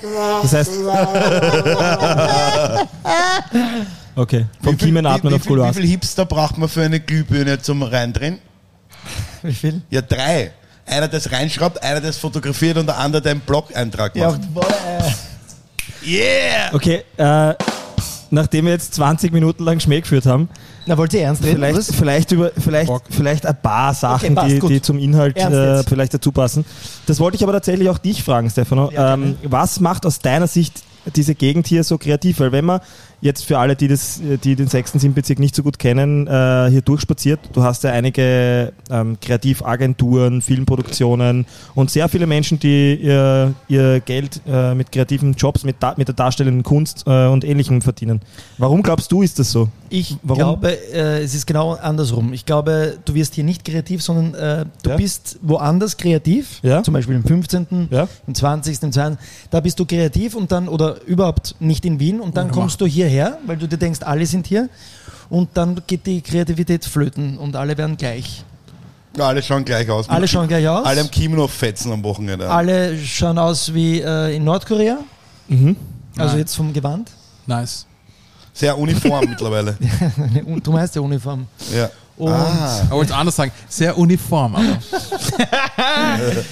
Das heißt. okay. Vom
Wie viel-
Kiemen atmen
wie, wie,
auf
viel- wie
Couloir.
viel Hipster braucht man für eine Glühbirne zum Reindrehen?
Wie viel?
Ja, drei. Einer, der es reinschraubt, einer, der es fotografiert und der andere, der einen Blog-Eintrag
Ja,
macht.
boah, äh.
Okay, äh, nachdem wir jetzt 20 Minuten lang Schmäh geführt haben,
Na, wollt ihr ernst reden?
vielleicht,
oder?
vielleicht, über, vielleicht,
Bock.
vielleicht ein paar Sachen,
Okay, passt,
die,
gut.
die zum Inhalt
Ernst
äh,
jetzt.
vielleicht dazu passen. Das wollte ich aber tatsächlich auch dich fragen, Stefano.
Ja,
ähm, was macht aus deiner Sicht diese Gegend hier so kreativ? Weil wenn man jetzt für alle, die, das, die den sechsten Sinnbezirk nicht so gut kennen, äh, hier durchspaziert, du hast ja einige ähm, Kreativagenturen, Filmproduktionen und sehr viele Menschen, die ihr, ihr Geld äh, mit kreativen Jobs, mit, da, mit der darstellenden Kunst äh, und Ähnlichem verdienen. Warum glaubst du, ist das so?
Ich
Warum?
glaube, äh, es ist genau andersrum. Ich glaube, du wirst hier nicht kreativ, sondern äh, du
Ja.
bist woanders kreativ.
Ja.
Zum Beispiel im 15.,
Ja.
im 20., im 20. Da bist du kreativ und dann, oder überhaupt nicht in Wien und dann kommst du hierher, weil du dir denkst, alle sind hier. Und dann geht die Kreativität flöten und alle werden gleich.
Ja, alle schauen gleich aus.
Alle schauen gleich aus.
Alle am Kimono fetzen am Wochenende.
Alle schauen aus wie äh, in Nordkorea. Also
Nein.
jetzt vom Gewand.
Nice.
Sehr uniform mittlerweile.
Du meinst ja Uniform.
Ja.
Und
Aber jetzt anders sagen, sehr uniform. Aber.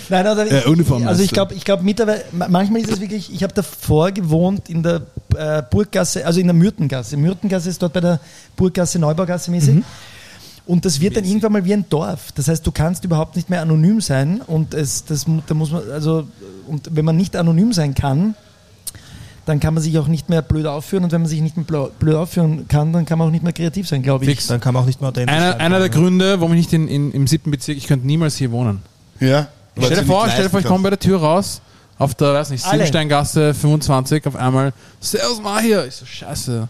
Nein, also
Ja,
ich,
Uniform
also
meinst
ich
du.
glaube, ich glaube mittlerweile, ma- manchmal ist es wirklich, ich habe davor gewohnt in der äh, Burggasse, also in der Mürtengasse. Mürtengasse ist dort bei der Burggasse, Neubaugasse mäßig.
Mhm.
Und das wird dann irgendwann mal wie ein Dorf. Das heißt, du kannst überhaupt nicht mehr anonym sein und es, das, mu- da muss man, also, und wenn man nicht anonym sein kann, dann kann man sich auch nicht mehr blöd aufführen und wenn man sich nicht mehr blau- blöd aufführen kann, dann kann man auch nicht mehr kreativ sein, glaube ich.
Fix.
Dann kann man auch nicht mehr authentisch
Einer,
sein.
einer der Gründe, warum ich nicht in, in, im siebten Bezirk, ich könnte niemals hier wohnen.
ja. Weil
Stell dir
sie nicht
vor,
leisten
stell dir vor, ich komme bei der Tür raus, auf der, weiß nicht,
Alle.
Silbersteingasse 25, auf einmal, Servus, mach hier. Ich so, scheiße.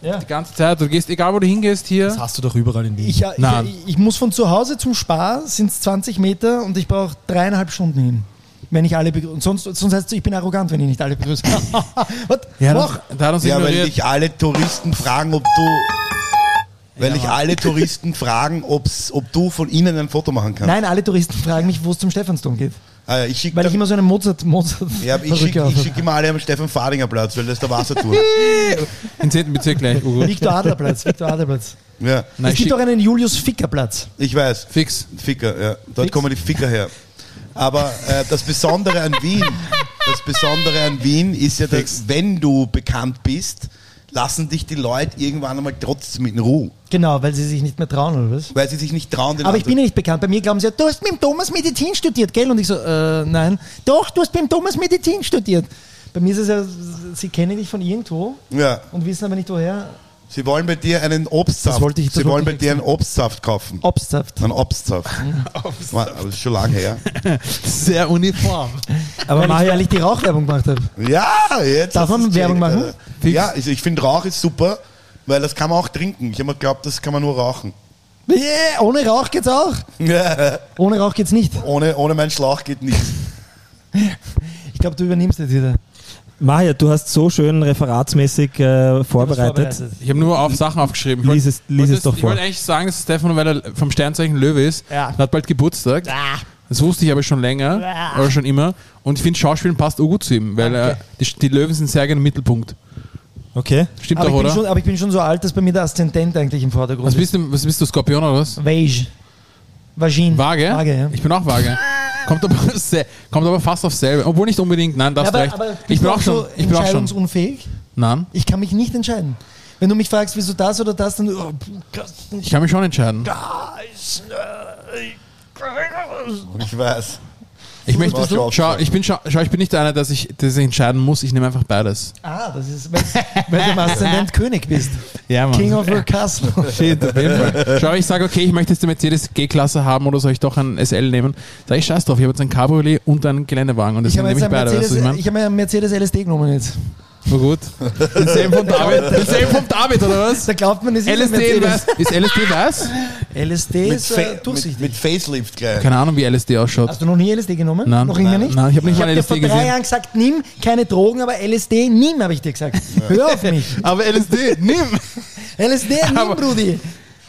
Ja.
Die ganze Zeit, du gehst, egal wo du hingehst,
Das
hier.
hast du doch überall in Wien.
Ich, ich,
Nein.
ich, ich muss von zu Hause zum Spar, sind es 20 Meter und ich brauche dreieinhalb Stunden hin. Wenn ich alle begrüße. Und sonst, sonst heißt es, ich bin arrogant, wenn ich nicht alle begrüße. Was? Mach.
da hat uns
Ja, weil
ignoriert.
dich alle Touristen fragen, ob du. Weil dich alle Touristen fragen, ob's, ob du von ihnen ein Foto machen kannst.
Nein, alle Touristen fragen mich, wo es zum Stephansdom geht.
Ah, ja, ich schicke
Weil ich immer so einen Mozart, Mozart
ja, ich schick,
Perücke auf
ich
habe.
schick immer alle am Stefan Fadinger Platz, weil das ist der Wassertour.
Im zehnten Bezirk gleich, Ugo.
Viktor Adlerplatz, Viktor Adlerplatz.
ja,
Nein,
es
ich schick,
gibt auch einen Julius Fickerplatz.
ich weiß.
fix.
Ficker, ja. Dort kommen die Ficker her. Aber äh, das Besondere an Wien, das Besondere an Wien ist ja, dass wenn du bekannt bist, lassen dich die Leute irgendwann einmal trotzdem in Ruhe,
Genau, weil sie sich nicht mehr trauen, oder was?
weil sie sich nicht trauen. Den
Aber ich bin
anderen-
ja nicht bekannt. Bei mir glauben sie, ja, du hast mit dem Thomas Medizin studiert, gell? Und ich so, äh, nein. Doch, du hast mit dem Thomas Medizin studiert. Bei mir ist es ja, sie kennen dich von irgendwo
ja,
und wissen aber nicht woher.
sie wollen bei dir einen Obstsaft.
Das wollte ich- das
sie
wollte
wollen bei
ich
dir einen Obstsaft kaufen.
Obstsaft.
Einen Obstsaft. Mann, Aber das ist schon lange her.
Sehr uniform.
Aber weil, ich,
Maja-
weil ich die Rauchwerbung gemacht habe.
Ja, jetzt.
Darf
hast
man
du's
Werbung
gecheckt,
machen?
Alter. Ja, also ich finde Rauch ist super, weil das kann man auch trinken. Ich habe mir geglaubt, das kann man nur rauchen.
Yeah, ohne Rauch geht's auch. Ohne Rauch geht's nicht.
ohne, ohne meinen Schlauch geht nichts.
Ich glaube, du übernimmst jetzt wieder.
Maja, du hast so schön referatsmäßig äh, vorbereitet.
Ich habe nur auf Sachen aufgeschrieben. Ich
Lies es- lies
wollte
es doch
Ich
vor.
wollte eigentlich sagen, dass Stefan, weil er vom Sternzeichen Löwe ist,
Ja.
er hat bald Geburtstag. Das wusste ich aber schon länger
Ja.
oder schon immer. Und ich finde, Schauspielen passt auch gut zu ihm, weil er, die, die Löwen sind sehr gerne im Mittelpunkt.
Okay.
Stimmt
Aber ich,
doch,
bin
oder? Also
schon, aber ich bin schon so alt, dass bei mir der Aszendent eigentlich im Vordergrund
was, bist du, was bist du, Skorpion oder was?
ist. Beige. Vagin.
Waage?
Waage, ja.
Ich bin auch Waage. kommt, aber, se- kommt aber fast aufs selbe. Obwohl nicht unbedingt, nein,
Ja,
das
aber,
recht.
aber bist
ich bin
du
auch schon.
so
Ich bin auch schon.
entscheidungsunfähig?
Nein,
Ich kann mich nicht entscheiden. Wenn du mich fragst, wieso das oder das, dann. Oh, puh, krass,
ich kann mich schon entscheiden.
Ich weiß.
Ich möchte,
Machst du auch
schau, ich bin, schau, schau, ich bin nicht einer, dass ich, dass ich entscheiden muss. Ich nehme einfach beides.
ah, das ist, weil, weil du im Aszendent König bist.
Ja, Mann.
King of your castle.
Shit, auf jeden Fall. Schau, ich sage, okay, ich möchte jetzt die Mercedes G-Klasse haben oder soll ich doch ein SL nehmen? Sag ich, scheiß drauf, ich habe jetzt ein Cabriolet und einen Geländewagen und
Ich
deswegen
habe
nehme ich
jetzt einen
beide. Weißt du,
Mercedes, äh,
was ich meine?
ich habe einen Mercedes LSD genommen jetzt.
Na gut. Denselben vom David, denselben vom David oder was?
Da glaubt man, es ist ein
LSD in
Mercedes.
weiß. Ist LSD weiß?
LSD
Mit,
ist
Fa
äh,
mit,
durchsichtig.
mit Facelift gleich.
Keine Ahnung, wie LSD ausschaut.
Hast du noch nie LSD genommen?
Nein,
noch immer
nein,
nicht?
nein, ich habe nicht
ich
mal
hab dir vor
LSD
drei
gesehen.
Jahren gesagt, nimm keine Drogen, aber LSD nimm, habe ich dir gesagt. Hör auf mich.
Aber LSD, nimm!
LSD nimm,
Aber-
Brudi.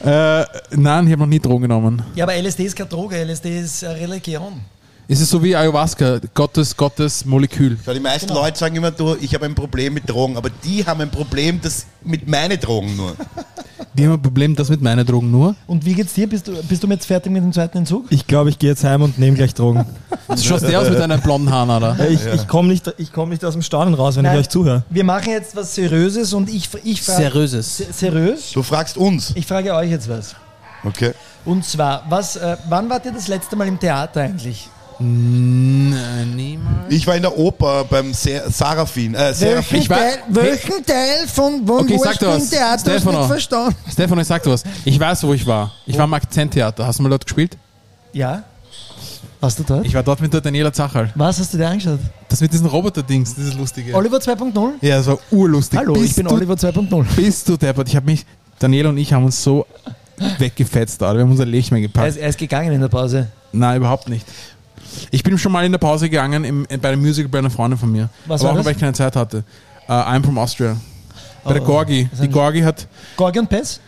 Äh, nein, ich habe noch nie Drogen genommen.
Ja, aber LSD ist keine Droge, LSD ist äh, Religion.
Es ist so wie Ayahuasca, Gottes, Gottes Molekül.
Schau, die meisten
Genau.
Leute sagen immer, du, ich habe ein Problem mit Drogen, aber die haben ein Problem das mit meinen Drogen nur.
Die haben ein Problem, das mit meinen Drogen nur.
Und wie geht's dir? Bist du, bist du jetzt fertig mit dem zweiten Entzug?
Ich glaube, ich gehe jetzt heim und nehme gleich Drogen.
Also schaust du aus mit deinen blonden Haaren, oder?
Ich, ich komme nicht, ich komm nicht aus dem Staunen raus, wenn
Nein.
ich euch zuhöre.
Wir machen jetzt was Seriöses und ich, ich frage.
Seriöses.
seriös?
Du fragst uns.
Ich frage euch jetzt was.
Okay.
Und zwar, was, äh, wann wart ihr das letzte Mal im Theater eigentlich?
äh,
Niemals.
Ich war in der Oper beim Ser Sarafin. Äh, Serafin.
Welchen,
Ich war-
Teil, welchen Teil von Von
Okay, ich sag
Wurst
dir was.
im Theater hast du
Stefano.
nicht verstanden?
Stefan, ich sag dir was. Ich weiß, wo ich war. Ich war im Akzenttheater. Hast du mal dort gespielt?
Ja? Warst du dort?
Ich war dort mit der Daniela Zachal.
was hast du dir angeschaut?
Das mit diesen Roboter-Dings, dieses Lustige.
Oliver 2.0?
ja, das war urlustig.
Hallo,
bist
ich bin
du,
Oliver 2.0.
Bist du deppert. Ich habe mich, Daniela und ich haben uns so weggefetzt, Alter. Wir haben unser Lechmein
Er
gepackt.
ist, er ist gegangen in der Pause.
Nein, überhaupt nicht. Ich bin schon mal in der Pause gegangen im, bei einem Musical bei einer Freundin von mir.
Was
aber
war
auch,
das? Oh,
weil ich keine Zeit hatte. Äh, I'm from Austria. Bei der Gorgi. Die Gorgi hat
Gorgon Pez?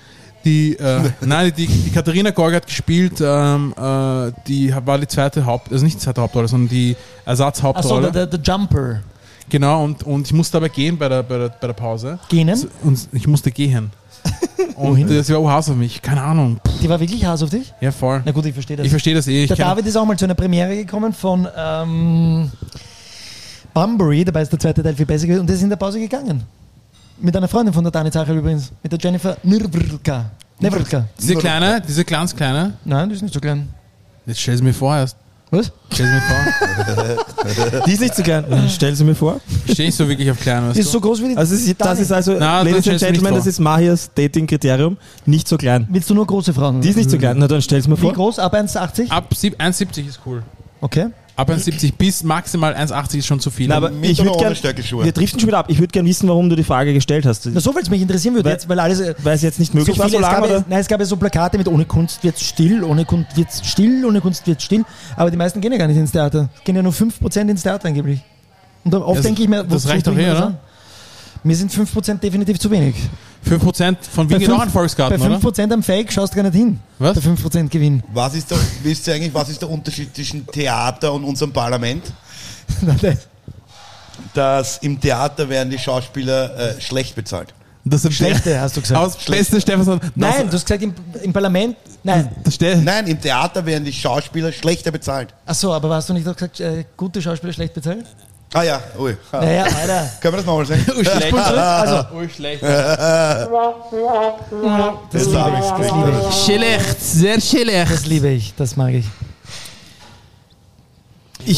die, äh, nein, die, die Katharina Gorgi hat gespielt, ähm, äh, die war die zweite Haupt, also nicht die zweite Hauptrolle, sondern die
Achso,
Ersatzhauptrolle.
der, der, der Jumper.
genau, und, und ich musste aber gehen bei der, bei der, bei der Pause.
Genen?
Und ich musste gehen. Und das war Haus auf mich, keine Ahnung. Pff,
Die war wirklich Hass auf dich?
ja, voll.
Na gut, ich verstehe das.
Ich verstehe das eh. Ich
der
kenn-
David ist auch mal zu einer Premiere gekommen von ähm, Bunbury, dabei ist der zweite Teil viel besser gewesen und der ist in der Pause gegangen. Mit einer Freundin von der Dani Zachel übrigens, mit der Jennifer Nirvrlka. Nirvrlka.
diese kleine, diese ganz kleine,
Nein, die ist nicht so klein.
jetzt stell sie mir vor erst.
Was?
Stell sie mir vor.
Die ist nicht zu klein. Stell sie mir vor.
Steh ich so wirklich auf klein, weißt
Die ist so groß wie die.
Also es ist, das
Dani.
ist also,
Na, dann
Ladies and
stellst du mich
Gentlemen,
vor.
das ist Mahias Dating-Kriterium. Nicht so klein.
Willst du nur große Frauen?
Die ist nicht so klein. Na, dann stell's mir
wie
vor. Ah.
groß? Ab 1,80?
Ab sieb- 1,70 ist cool.
Okay.
Ab 1,70 bis maximal 1,80 ist schon zu viel.
Na, aber
Mit
ich
oder
würde
ohne
gern,
Stöckelschuhe?
wir driften schon wieder ab. Ich würde gerne wissen, warum du die Frage gestellt hast.
Na, so weil es mich interessieren würde
Weil-
jetzt, weil alles. äh,
Weil es jetzt nicht möglich war, so
es
lange,
gab, ja-
oder?
nein, es gab ja so Plakate mit ohne Kunst wird's still, ohne Kunst wird's still, ohne Kunst wird's still. Aber die meisten gehen ja gar nicht ins Theater. Gehen ja nur 5% ins Theater angeblich. Und dann oft
Also
Das-
denke ich mir,
das
wozu
reicht doch
bringt
eh,
man das
oder?
an? Mir sind 5% definitiv zu wenig.
5% von Wien geht auch an den Volksgarten,
bei
oder?
5% am Fake schaust du gar nicht hin.
Was?
Der 5% Gewinn.
Was ist der, wisst ihr eigentlich, was ist der Unterschied zwischen Theater und unserem Parlament? Dass im Theater werden die Schauspieler äh, schlecht bezahlt.
Das ist
Schlechte, hast du gesagt.
Aus beste Stefan.
Nein, du hast gesagt, im, im Parlament. Nein.
das Ste
Nein, im Theater werden die Schauspieler schlechter bezahlt.
Achso, aber hast du nicht auch gesagt, äh, gute Schauspieler schlecht bezahlt?
Ah ja, ui. Ha.
Naja, Alter.
Können wir das nochmal sagen?
Spul zurück. Also,
Das habe ich
das liebe ich.
Schlecht, sehr schlecht.
Das liebe ich, das mag ich.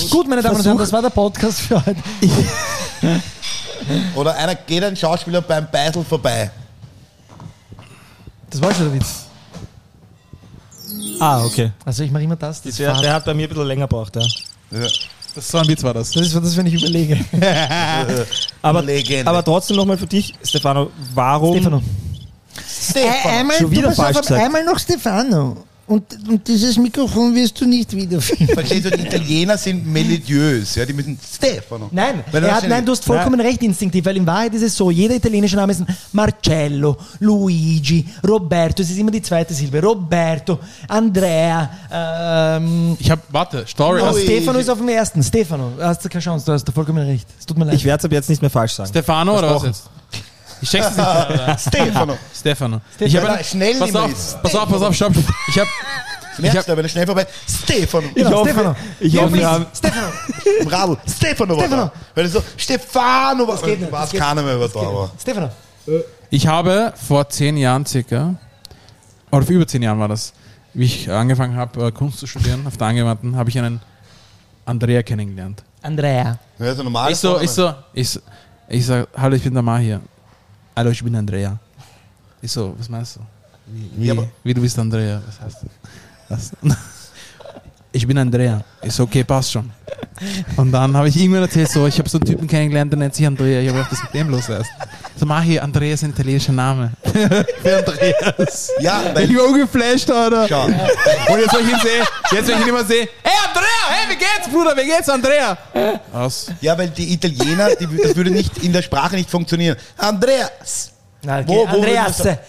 Gut, meine Damen und Herren, das war der Podcast für heute.
Oder einer geht ein Schauspieler beim Beisel vorbei.
Das war schon der Witz.
Ah, okay.
Also ich mache immer das. Das,
Der,
war-
der hat bei mir ein bisschen länger gebraucht, ja.
das so ein Witz war das.
das ist das, wenn ich überlege.
Aber,
Legende.
aber trotzdem nochmal für dich, Stefano, warum
Stefano.
Um Äh, einmal,
Schon
du
wieder
pass
falsch
auf,
gesagt.
einmal noch Stefano. Und, und dieses Mikrofon wirst du nicht
äh.
wiederfinden.
Verstehst du, die Italiener sind melodiös. Ja, die müssen Stefano.
Nein, er
Weil das
hat,
ist-
nein, du hast vollkommen recht, instinktiv, weil in Wahrheit ist es so, jeder italienische Name ist ein Marcello, Luigi, Roberto, es ist immer die zweite Silbe, Roberto, Andrea, ähm,
Ich habe, warte, Story.
aber
Ui.
Stefano ist auf dem ersten, Stefano, hast du keine Chance, du hast da vollkommen recht, es tut mir leid.
Ich werde es ab jetzt nicht mehr falsch sagen.
Stefano oder was jetzt? Ich check's nicht. Alter.
Stefano.
Stefano. Ich hab,
Nein, schnell
pass
nehmen
auf, pass auf, pass auf, stopp. Ich habe
Merkst
hab-
du, wenn er schnell vorbei. Stefano.
Genau,
hoffe-
Stefano.
ich
Ja,
hoffe, wir
please,
haben-
Stefano.
Im Radl. Stefano war
Stefano.
da. Weil er so, Stefano was
geht nicht, das
Was
geht
keiner mehr was da war.
Stefano.
Ich habe vor zehn Jahren circa, oder vor über zehn Jahren war das, wie ich angefangen habe, äh, Kunst zu studieren, auf der Angewandten, habe ich einen Andrea kennengelernt.
Andrea.
Ja, so normal.
ich so, ich so, ich, so- ich sag, hallo, ich bin der Mahir. Hallo, ich bin Andrea. Ich so, was meinst du? Wie,
Ja, aber-
wie du bist Andrea, was heißt das? das? Ich bin Andrea. Ich so, okay, passt schon. Und dann habe ich irgendwann erzählt, so, ich habe so einen Typen kennengelernt, der nennt sich Andrea. Ich habe gedacht, das ist mit dem los erst. So, Mahir, Andrea ist ein italienischer Name. Für Andreas.
Ja,
Ich
weil,
war ungeflasht, Alter.
schau.
Und jetzt, wenn ich ihn sehe, jetzt, wenn ich ihn immer sehe, hey, Andrea, hey, wie geht's, Bruder, wie geht's, Andrea? Aus.
ja, weil die Italiener, die, das würde nicht in der Sprache nicht funktionieren. Andreas.
Okay.
Wo- wo
Andreas.
würdest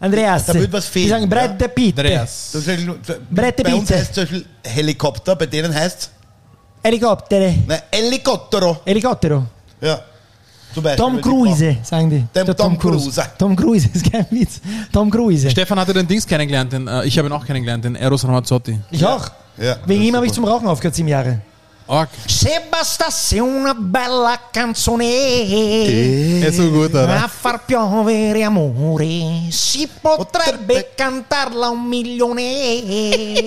Andreas.
Da wird was fehlen,
Die sagen
ja?
Brett der Piet.
Andreas.
Zum Beispiel,
Brette
bei uns
Pizza.
heißt zum Beispiel Helikopter, bei denen heißt
Helikoptere.
es Helikoptero.
Helikoptero.
Ja. Zum Beispiel,
Tom
wenn die
Cruise, sagen die.
Dem
Der
Tom Cruise.
Tom Cruise, ist kein Witz. Tom Cruise.
Stefan hatte den Dings kennengelernt, den, äh, ich habe ihn auch kennengelernt, den Eros Ramazzotti.
Ich auch.
Ja,
Wegen
das
ihm
ist
habe ich
super.
zum Rauchen aufgehört, sieben Jahre.
Org.
Sebastião, uma bela canzone.
Eh,
É so gut, Alter.
A far piovere amore si potrebbe cantarla un milione.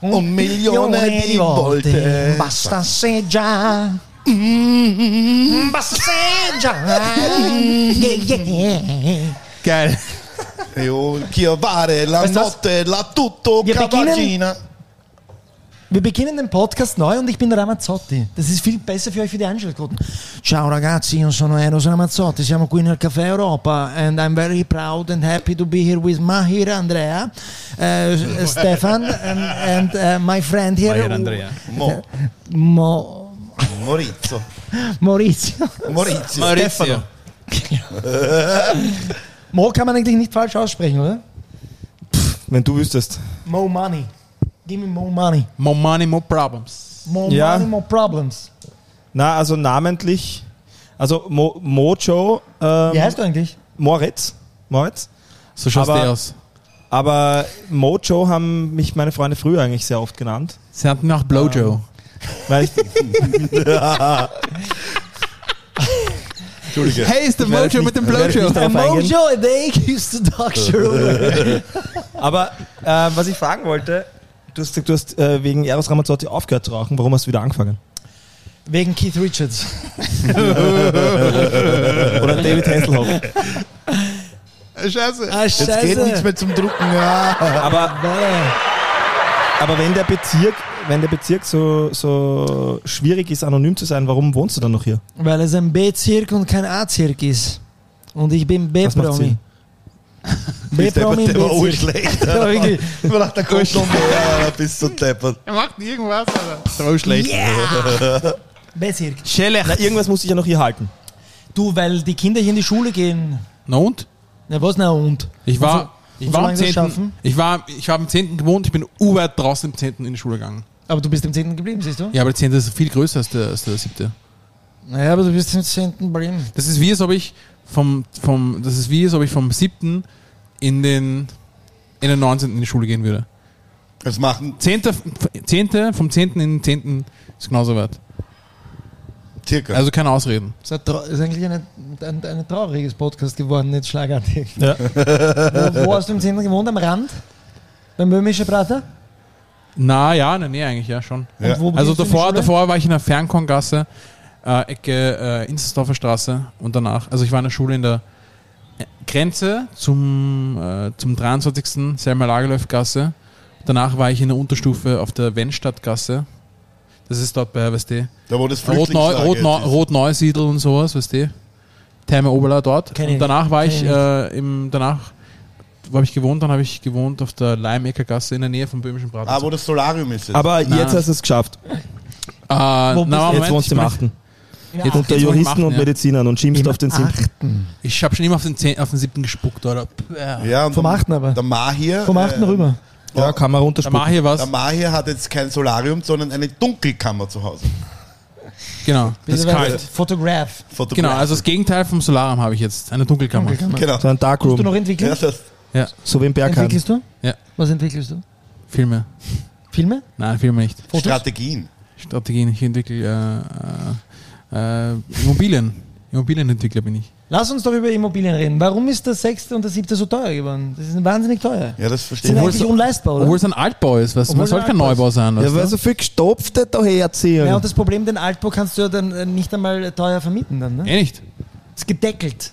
Un,
un milione di volte.
Basta se già.
Mm.
Basta se già. Yeah, yeah.
Geil.
Jo, Chiavare, la
Weißt du was?
notte, la tutto,
Wir beginnen-
Cavaggina.
Wir beginnen den Podcast neu und ich bin Ramazzotti. Das ist viel besser für euch für die Einschaltquoten. Ciao ragazzi, io sono Eros Ramazzotti, siamo qui nel Café Europa and I'm very proud and happy to be here with Mahir Andrea, uh, Stefan and, and uh, my friend here.
Mahir Andrea.
Mo,
Mo
Maurizio.
Maurizio.
Maurizio.
Maurizio.
Mo kann man eigentlich nicht falsch aussprechen, oder?
Wenn du wüsstest.
Mo Money. Give me more money.
More money, more problems.
More
Ja.
money, more problems.
Na, also namentlich, also Mo, Mojo, ähm,
Wie heißt du eigentlich?
Moritz, Moritz.
So schaust
Aber-
du eh aus.
Aber Mojo haben mich meine Freunde früher eigentlich sehr oft genannt.
Sie hatten mir auch Blowjo.
Weil ich,
Entschuldige.
Hey, ist der
werde
Mojo
nicht-
mit dem
ich werde
Blowjo.
nicht darauf eingehen.
and they gives the dog show.
Aber äh, was ich fragen wollte, du hast, gesagt, du hast äh, wegen Eros Ramazzotti aufgehört zu rauchen. Warum hast du wieder angefangen?
Wegen Keith Richards.
Oder David Hasselhoff.
Scheiße.
Ah,
Jetzt geht nichts mehr zum Drucken. Ah. Ja.
Aber, aber wenn der Bezirk, wenn der Bezirk so, so schwierig ist, anonym zu sein, warum wohnst du dann noch hier?
Weil es ein B-Zirk und kein A-Zirk ist. Und ich bin
Was macht
B-Promi.
Sinn?
B-Promi im
Der war
B-Zirk.
urschlecht.
Ja, wirklich.
Ich dachte, da kommt noch mehr. Ja, Bist du deppert.
Er macht irgendwas, Alter. Das war auch schlecht.
B-Zirk.
Na, irgendwas muss ich ja noch hier halten.
Du, weil die Kinder hier in die Schule gehen.
Na und?
Na was, na und?
Ich
Und
war,
so-
ich
und
war
so
am
lange das
10.
schaffen?
Ich war, ich habe am 10. gewohnt, ich bin urweit draußen im 10. in die Schule gegangen.
Aber du bist im 10. geblieben, siehst du?
Ja, aber der 10. ist viel größer als der, als der 7.
Naja, aber du bist im 10. geblieben.
Das ist wie, als ob ich vom, vom, das ist wie, als ob ich vom 7. in den, in den 19. in die Schule gehen würde.
Das machen
10. f- 10. vom 10. in den 10. ist genauso weit.
circa.
Also keine Ausreden.
Das ist, ein trau- ist eigentlich eine, ein, ein trauriges Podcast geworden, nicht schlagartig.
Ja.
wo, wo hast du im 10. gewohnt? Am Rand? Beim Böhmischen Prater?
Na ja, in der Nähe eigentlich, ja schon.
Ja.
Und wo
Also
gehst du in die
davor,
Schule?
davor war ich in der Fernkorngasse, äh, Ecke äh, Inzersdorfer Straße und danach, also ich war in der Schule in der äh, Grenze zum, äh, zum 23. Selma Lagerlöf Gasse. Danach war ich in der Unterstufe auf der Wennstadtgasse. Das ist dort bei, weißt du,
da wo das
Rotneu,
Flüchtlingslager
Rotneu,
jetzt ist.
Rotneusiedl und sowas, weißt du? Therme Oberla dort.
Kenn ich
und danach
nicht,
war
kenn
ich
ich nicht.
äh, im, danach, wo habe ich gewohnt? Dann habe ich gewohnt auf der Leimecker Gasse in der Nähe vom Böhmischen Braten.
Ah, wo das Solarium ist jetzt.
Aber
Na.
jetzt hast du es geschafft.
Ah,
Wo bist
na,
du?
Moment,
jetzt wohnst du
ich
im
bin-
Achten.
Jetzt,
Unter
jetzt wohne ich im
Juristen
Achten,
und
ja.
Medizinern und schimpfst auf den Siebten.
Ich habe schon immer auf den, 10, auf den 7. gespuckt, oder?
ja, und
Vom
der-
8. aber.
Der Mahir,
Vom 8.
äh,
rüber.
Ja, kann man
Da mach
runterspucken.
hier was.
Der Mahir hat jetzt kein Solarium, sondern eine Dunkelkammer zu Hause.
Genau. Das ist
Bist du
kalt.
Fotograf.
Genau, also das Gegenteil vom Solarium habe ich jetzt. Eine Dunkelkammer.
Genau.
So ein
Hast du noch
Darkroom,
Ja,
entwickelt?
das,
Ja,
so wie im Bergheim.
Entwickelst du?
Ja.
Was entwickelst du?
Filme.
Filme?
Nein, Filme nicht.
Fotos?
Strategien.
Strategien. Ich entwickle äh, äh, äh, Immobilien. Immobilienentwickler bin ich.
Lass uns doch über Immobilien reden. Warum ist der sechste und der siebte so teuer geworden? Das ist wahnsinnig teuer.
Ja,
Sind
das verstehe ich.
eigentlich unleistbar, oder?
Obwohl es ein Altbau ist. Was,
Obwohl
man soll
ein
kein
Altbau ist.
Neubau sein.
Ja,
weißt
weil
du?
so viel gestopfte daherziehen.
ja, und das Problem, den Altbau kannst du ja dann äh, nicht einmal teuer vermieten dann, ne?
Eh nicht.
Ist gedeckelt.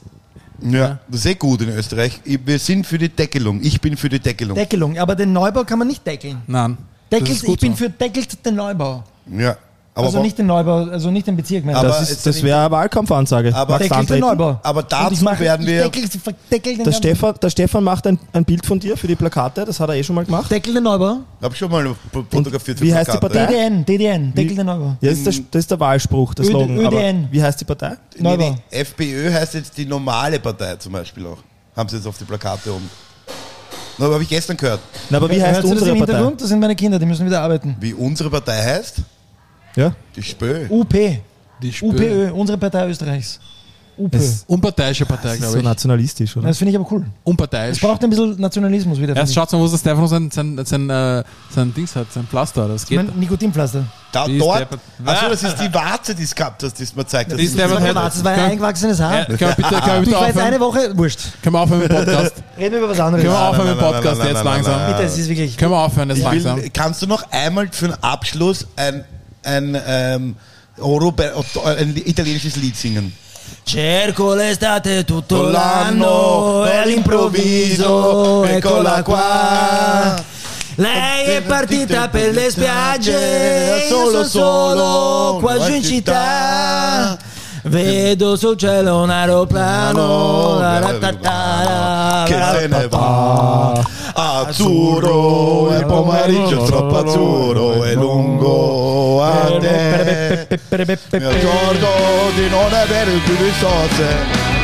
Ja, das ist eh gut in Österreich. Ich- Wir sind für die Deckelung. Ich bin für die Deckelung.
Deckelung. Aber den Neubau kann man nicht deckeln.
Nein.
Deckelt,
ist gut
ich bin
so.
für deckelt den Neubau.
ja. Aber,
also nicht den Neubau, also nicht den Bezirk, meine
Aber
das
jetzt-
ist- das wäre eine Wahlkampfansage.
Aber-
Magst du
Deckelt den
antreten?
Neubau.
aber dazu
Und ich mache-
werden
ich
wir-
Deckel, deckel den
Der
ganzen-
Stefan, der Stefan macht ein, ein Bild von dir für die Plakate, das hat er eh schon mal gemacht.
Deckel den Neubau.
hab schon mal p- fotografiert. für
wie heißt die
Plakate.
Partei?
DDN, DDN, Deckel den Neubau.
Ja, das ist der, das ist der Wahlspruch, der
Ö-
Slogan. Aber
ÖDN.
wie heißt die Partei?
Nee,
Neubau.
die FPÖ heißt jetzt die normale Partei zum Beispiel auch. Haben sie jetzt auf die Plakate oben. Na, aber habe ich gestern gehört.
Na, aber wie heißt
Hörst du das
unsere
im
Partei?
Hintergrund? Das sind meine Kinder, die müssen wieder arbeiten.
Wie unsere Partei heißt?
Ja.
Die SPÖ.
UP.
Die Spö-
eh, UPÖ, unsere Partei Österreichs.
UPÖ.
Es
Unparteiische Partei,
ist
glaube
so
ich.
nationalistisch, oder?
Das finde ich aber cool. Es
Unparteiisch.
braucht ein bisschen Nationalismus wieder.
Erst
finde
schaut mal, wo der Stefano sein, sein, sein, äh, sein Dings hat, sein Pflaster. Das
ich.
geht.
Ich mein, Nikotinpflaster.
Da,
Die ist
dort.
deppert.
Achso, das ist die Warze, die es gehabt hast, die es mir gezeigt hat.
Die ist
Das war
deppert.
kein Arzt, das war ein
Können-
eingewachsenes
Ja,
Haar.
Äh, können wir bitte, können wir
Ich
bitte
war jetzt eine
aufhören?
Woche, wurscht.
Können wir aufhören mit dem Podcast?
Reden wir über was anderes.
Können wir aufhören
nein,
mit dem
nein,
Podcast
nein,
jetzt
nein, nein,
langsam?
nein.
Bitte, es ist wirklich.
Können wir aufhören jetzt
Ich
langsam?
will, kannst du noch einmal für den Abschluss ein, ein, ähm, Europe, ein italienisches Lied singen?
Cerco l'estate tutto
l'anno,
l'anno
e
e
all'improvviso,
all'improvviso,
eccola
eccola qua.
qua.
Lei è partita per le spiagge,
Solo,
solo
solo,
solo quasi in città. Vedo sul cielo un aeroplano, la ratatara,
Che
la
se ne va Azzurro e pomeriggio troppo azzurro e lungo a te Mi accorgo di non avere più risorse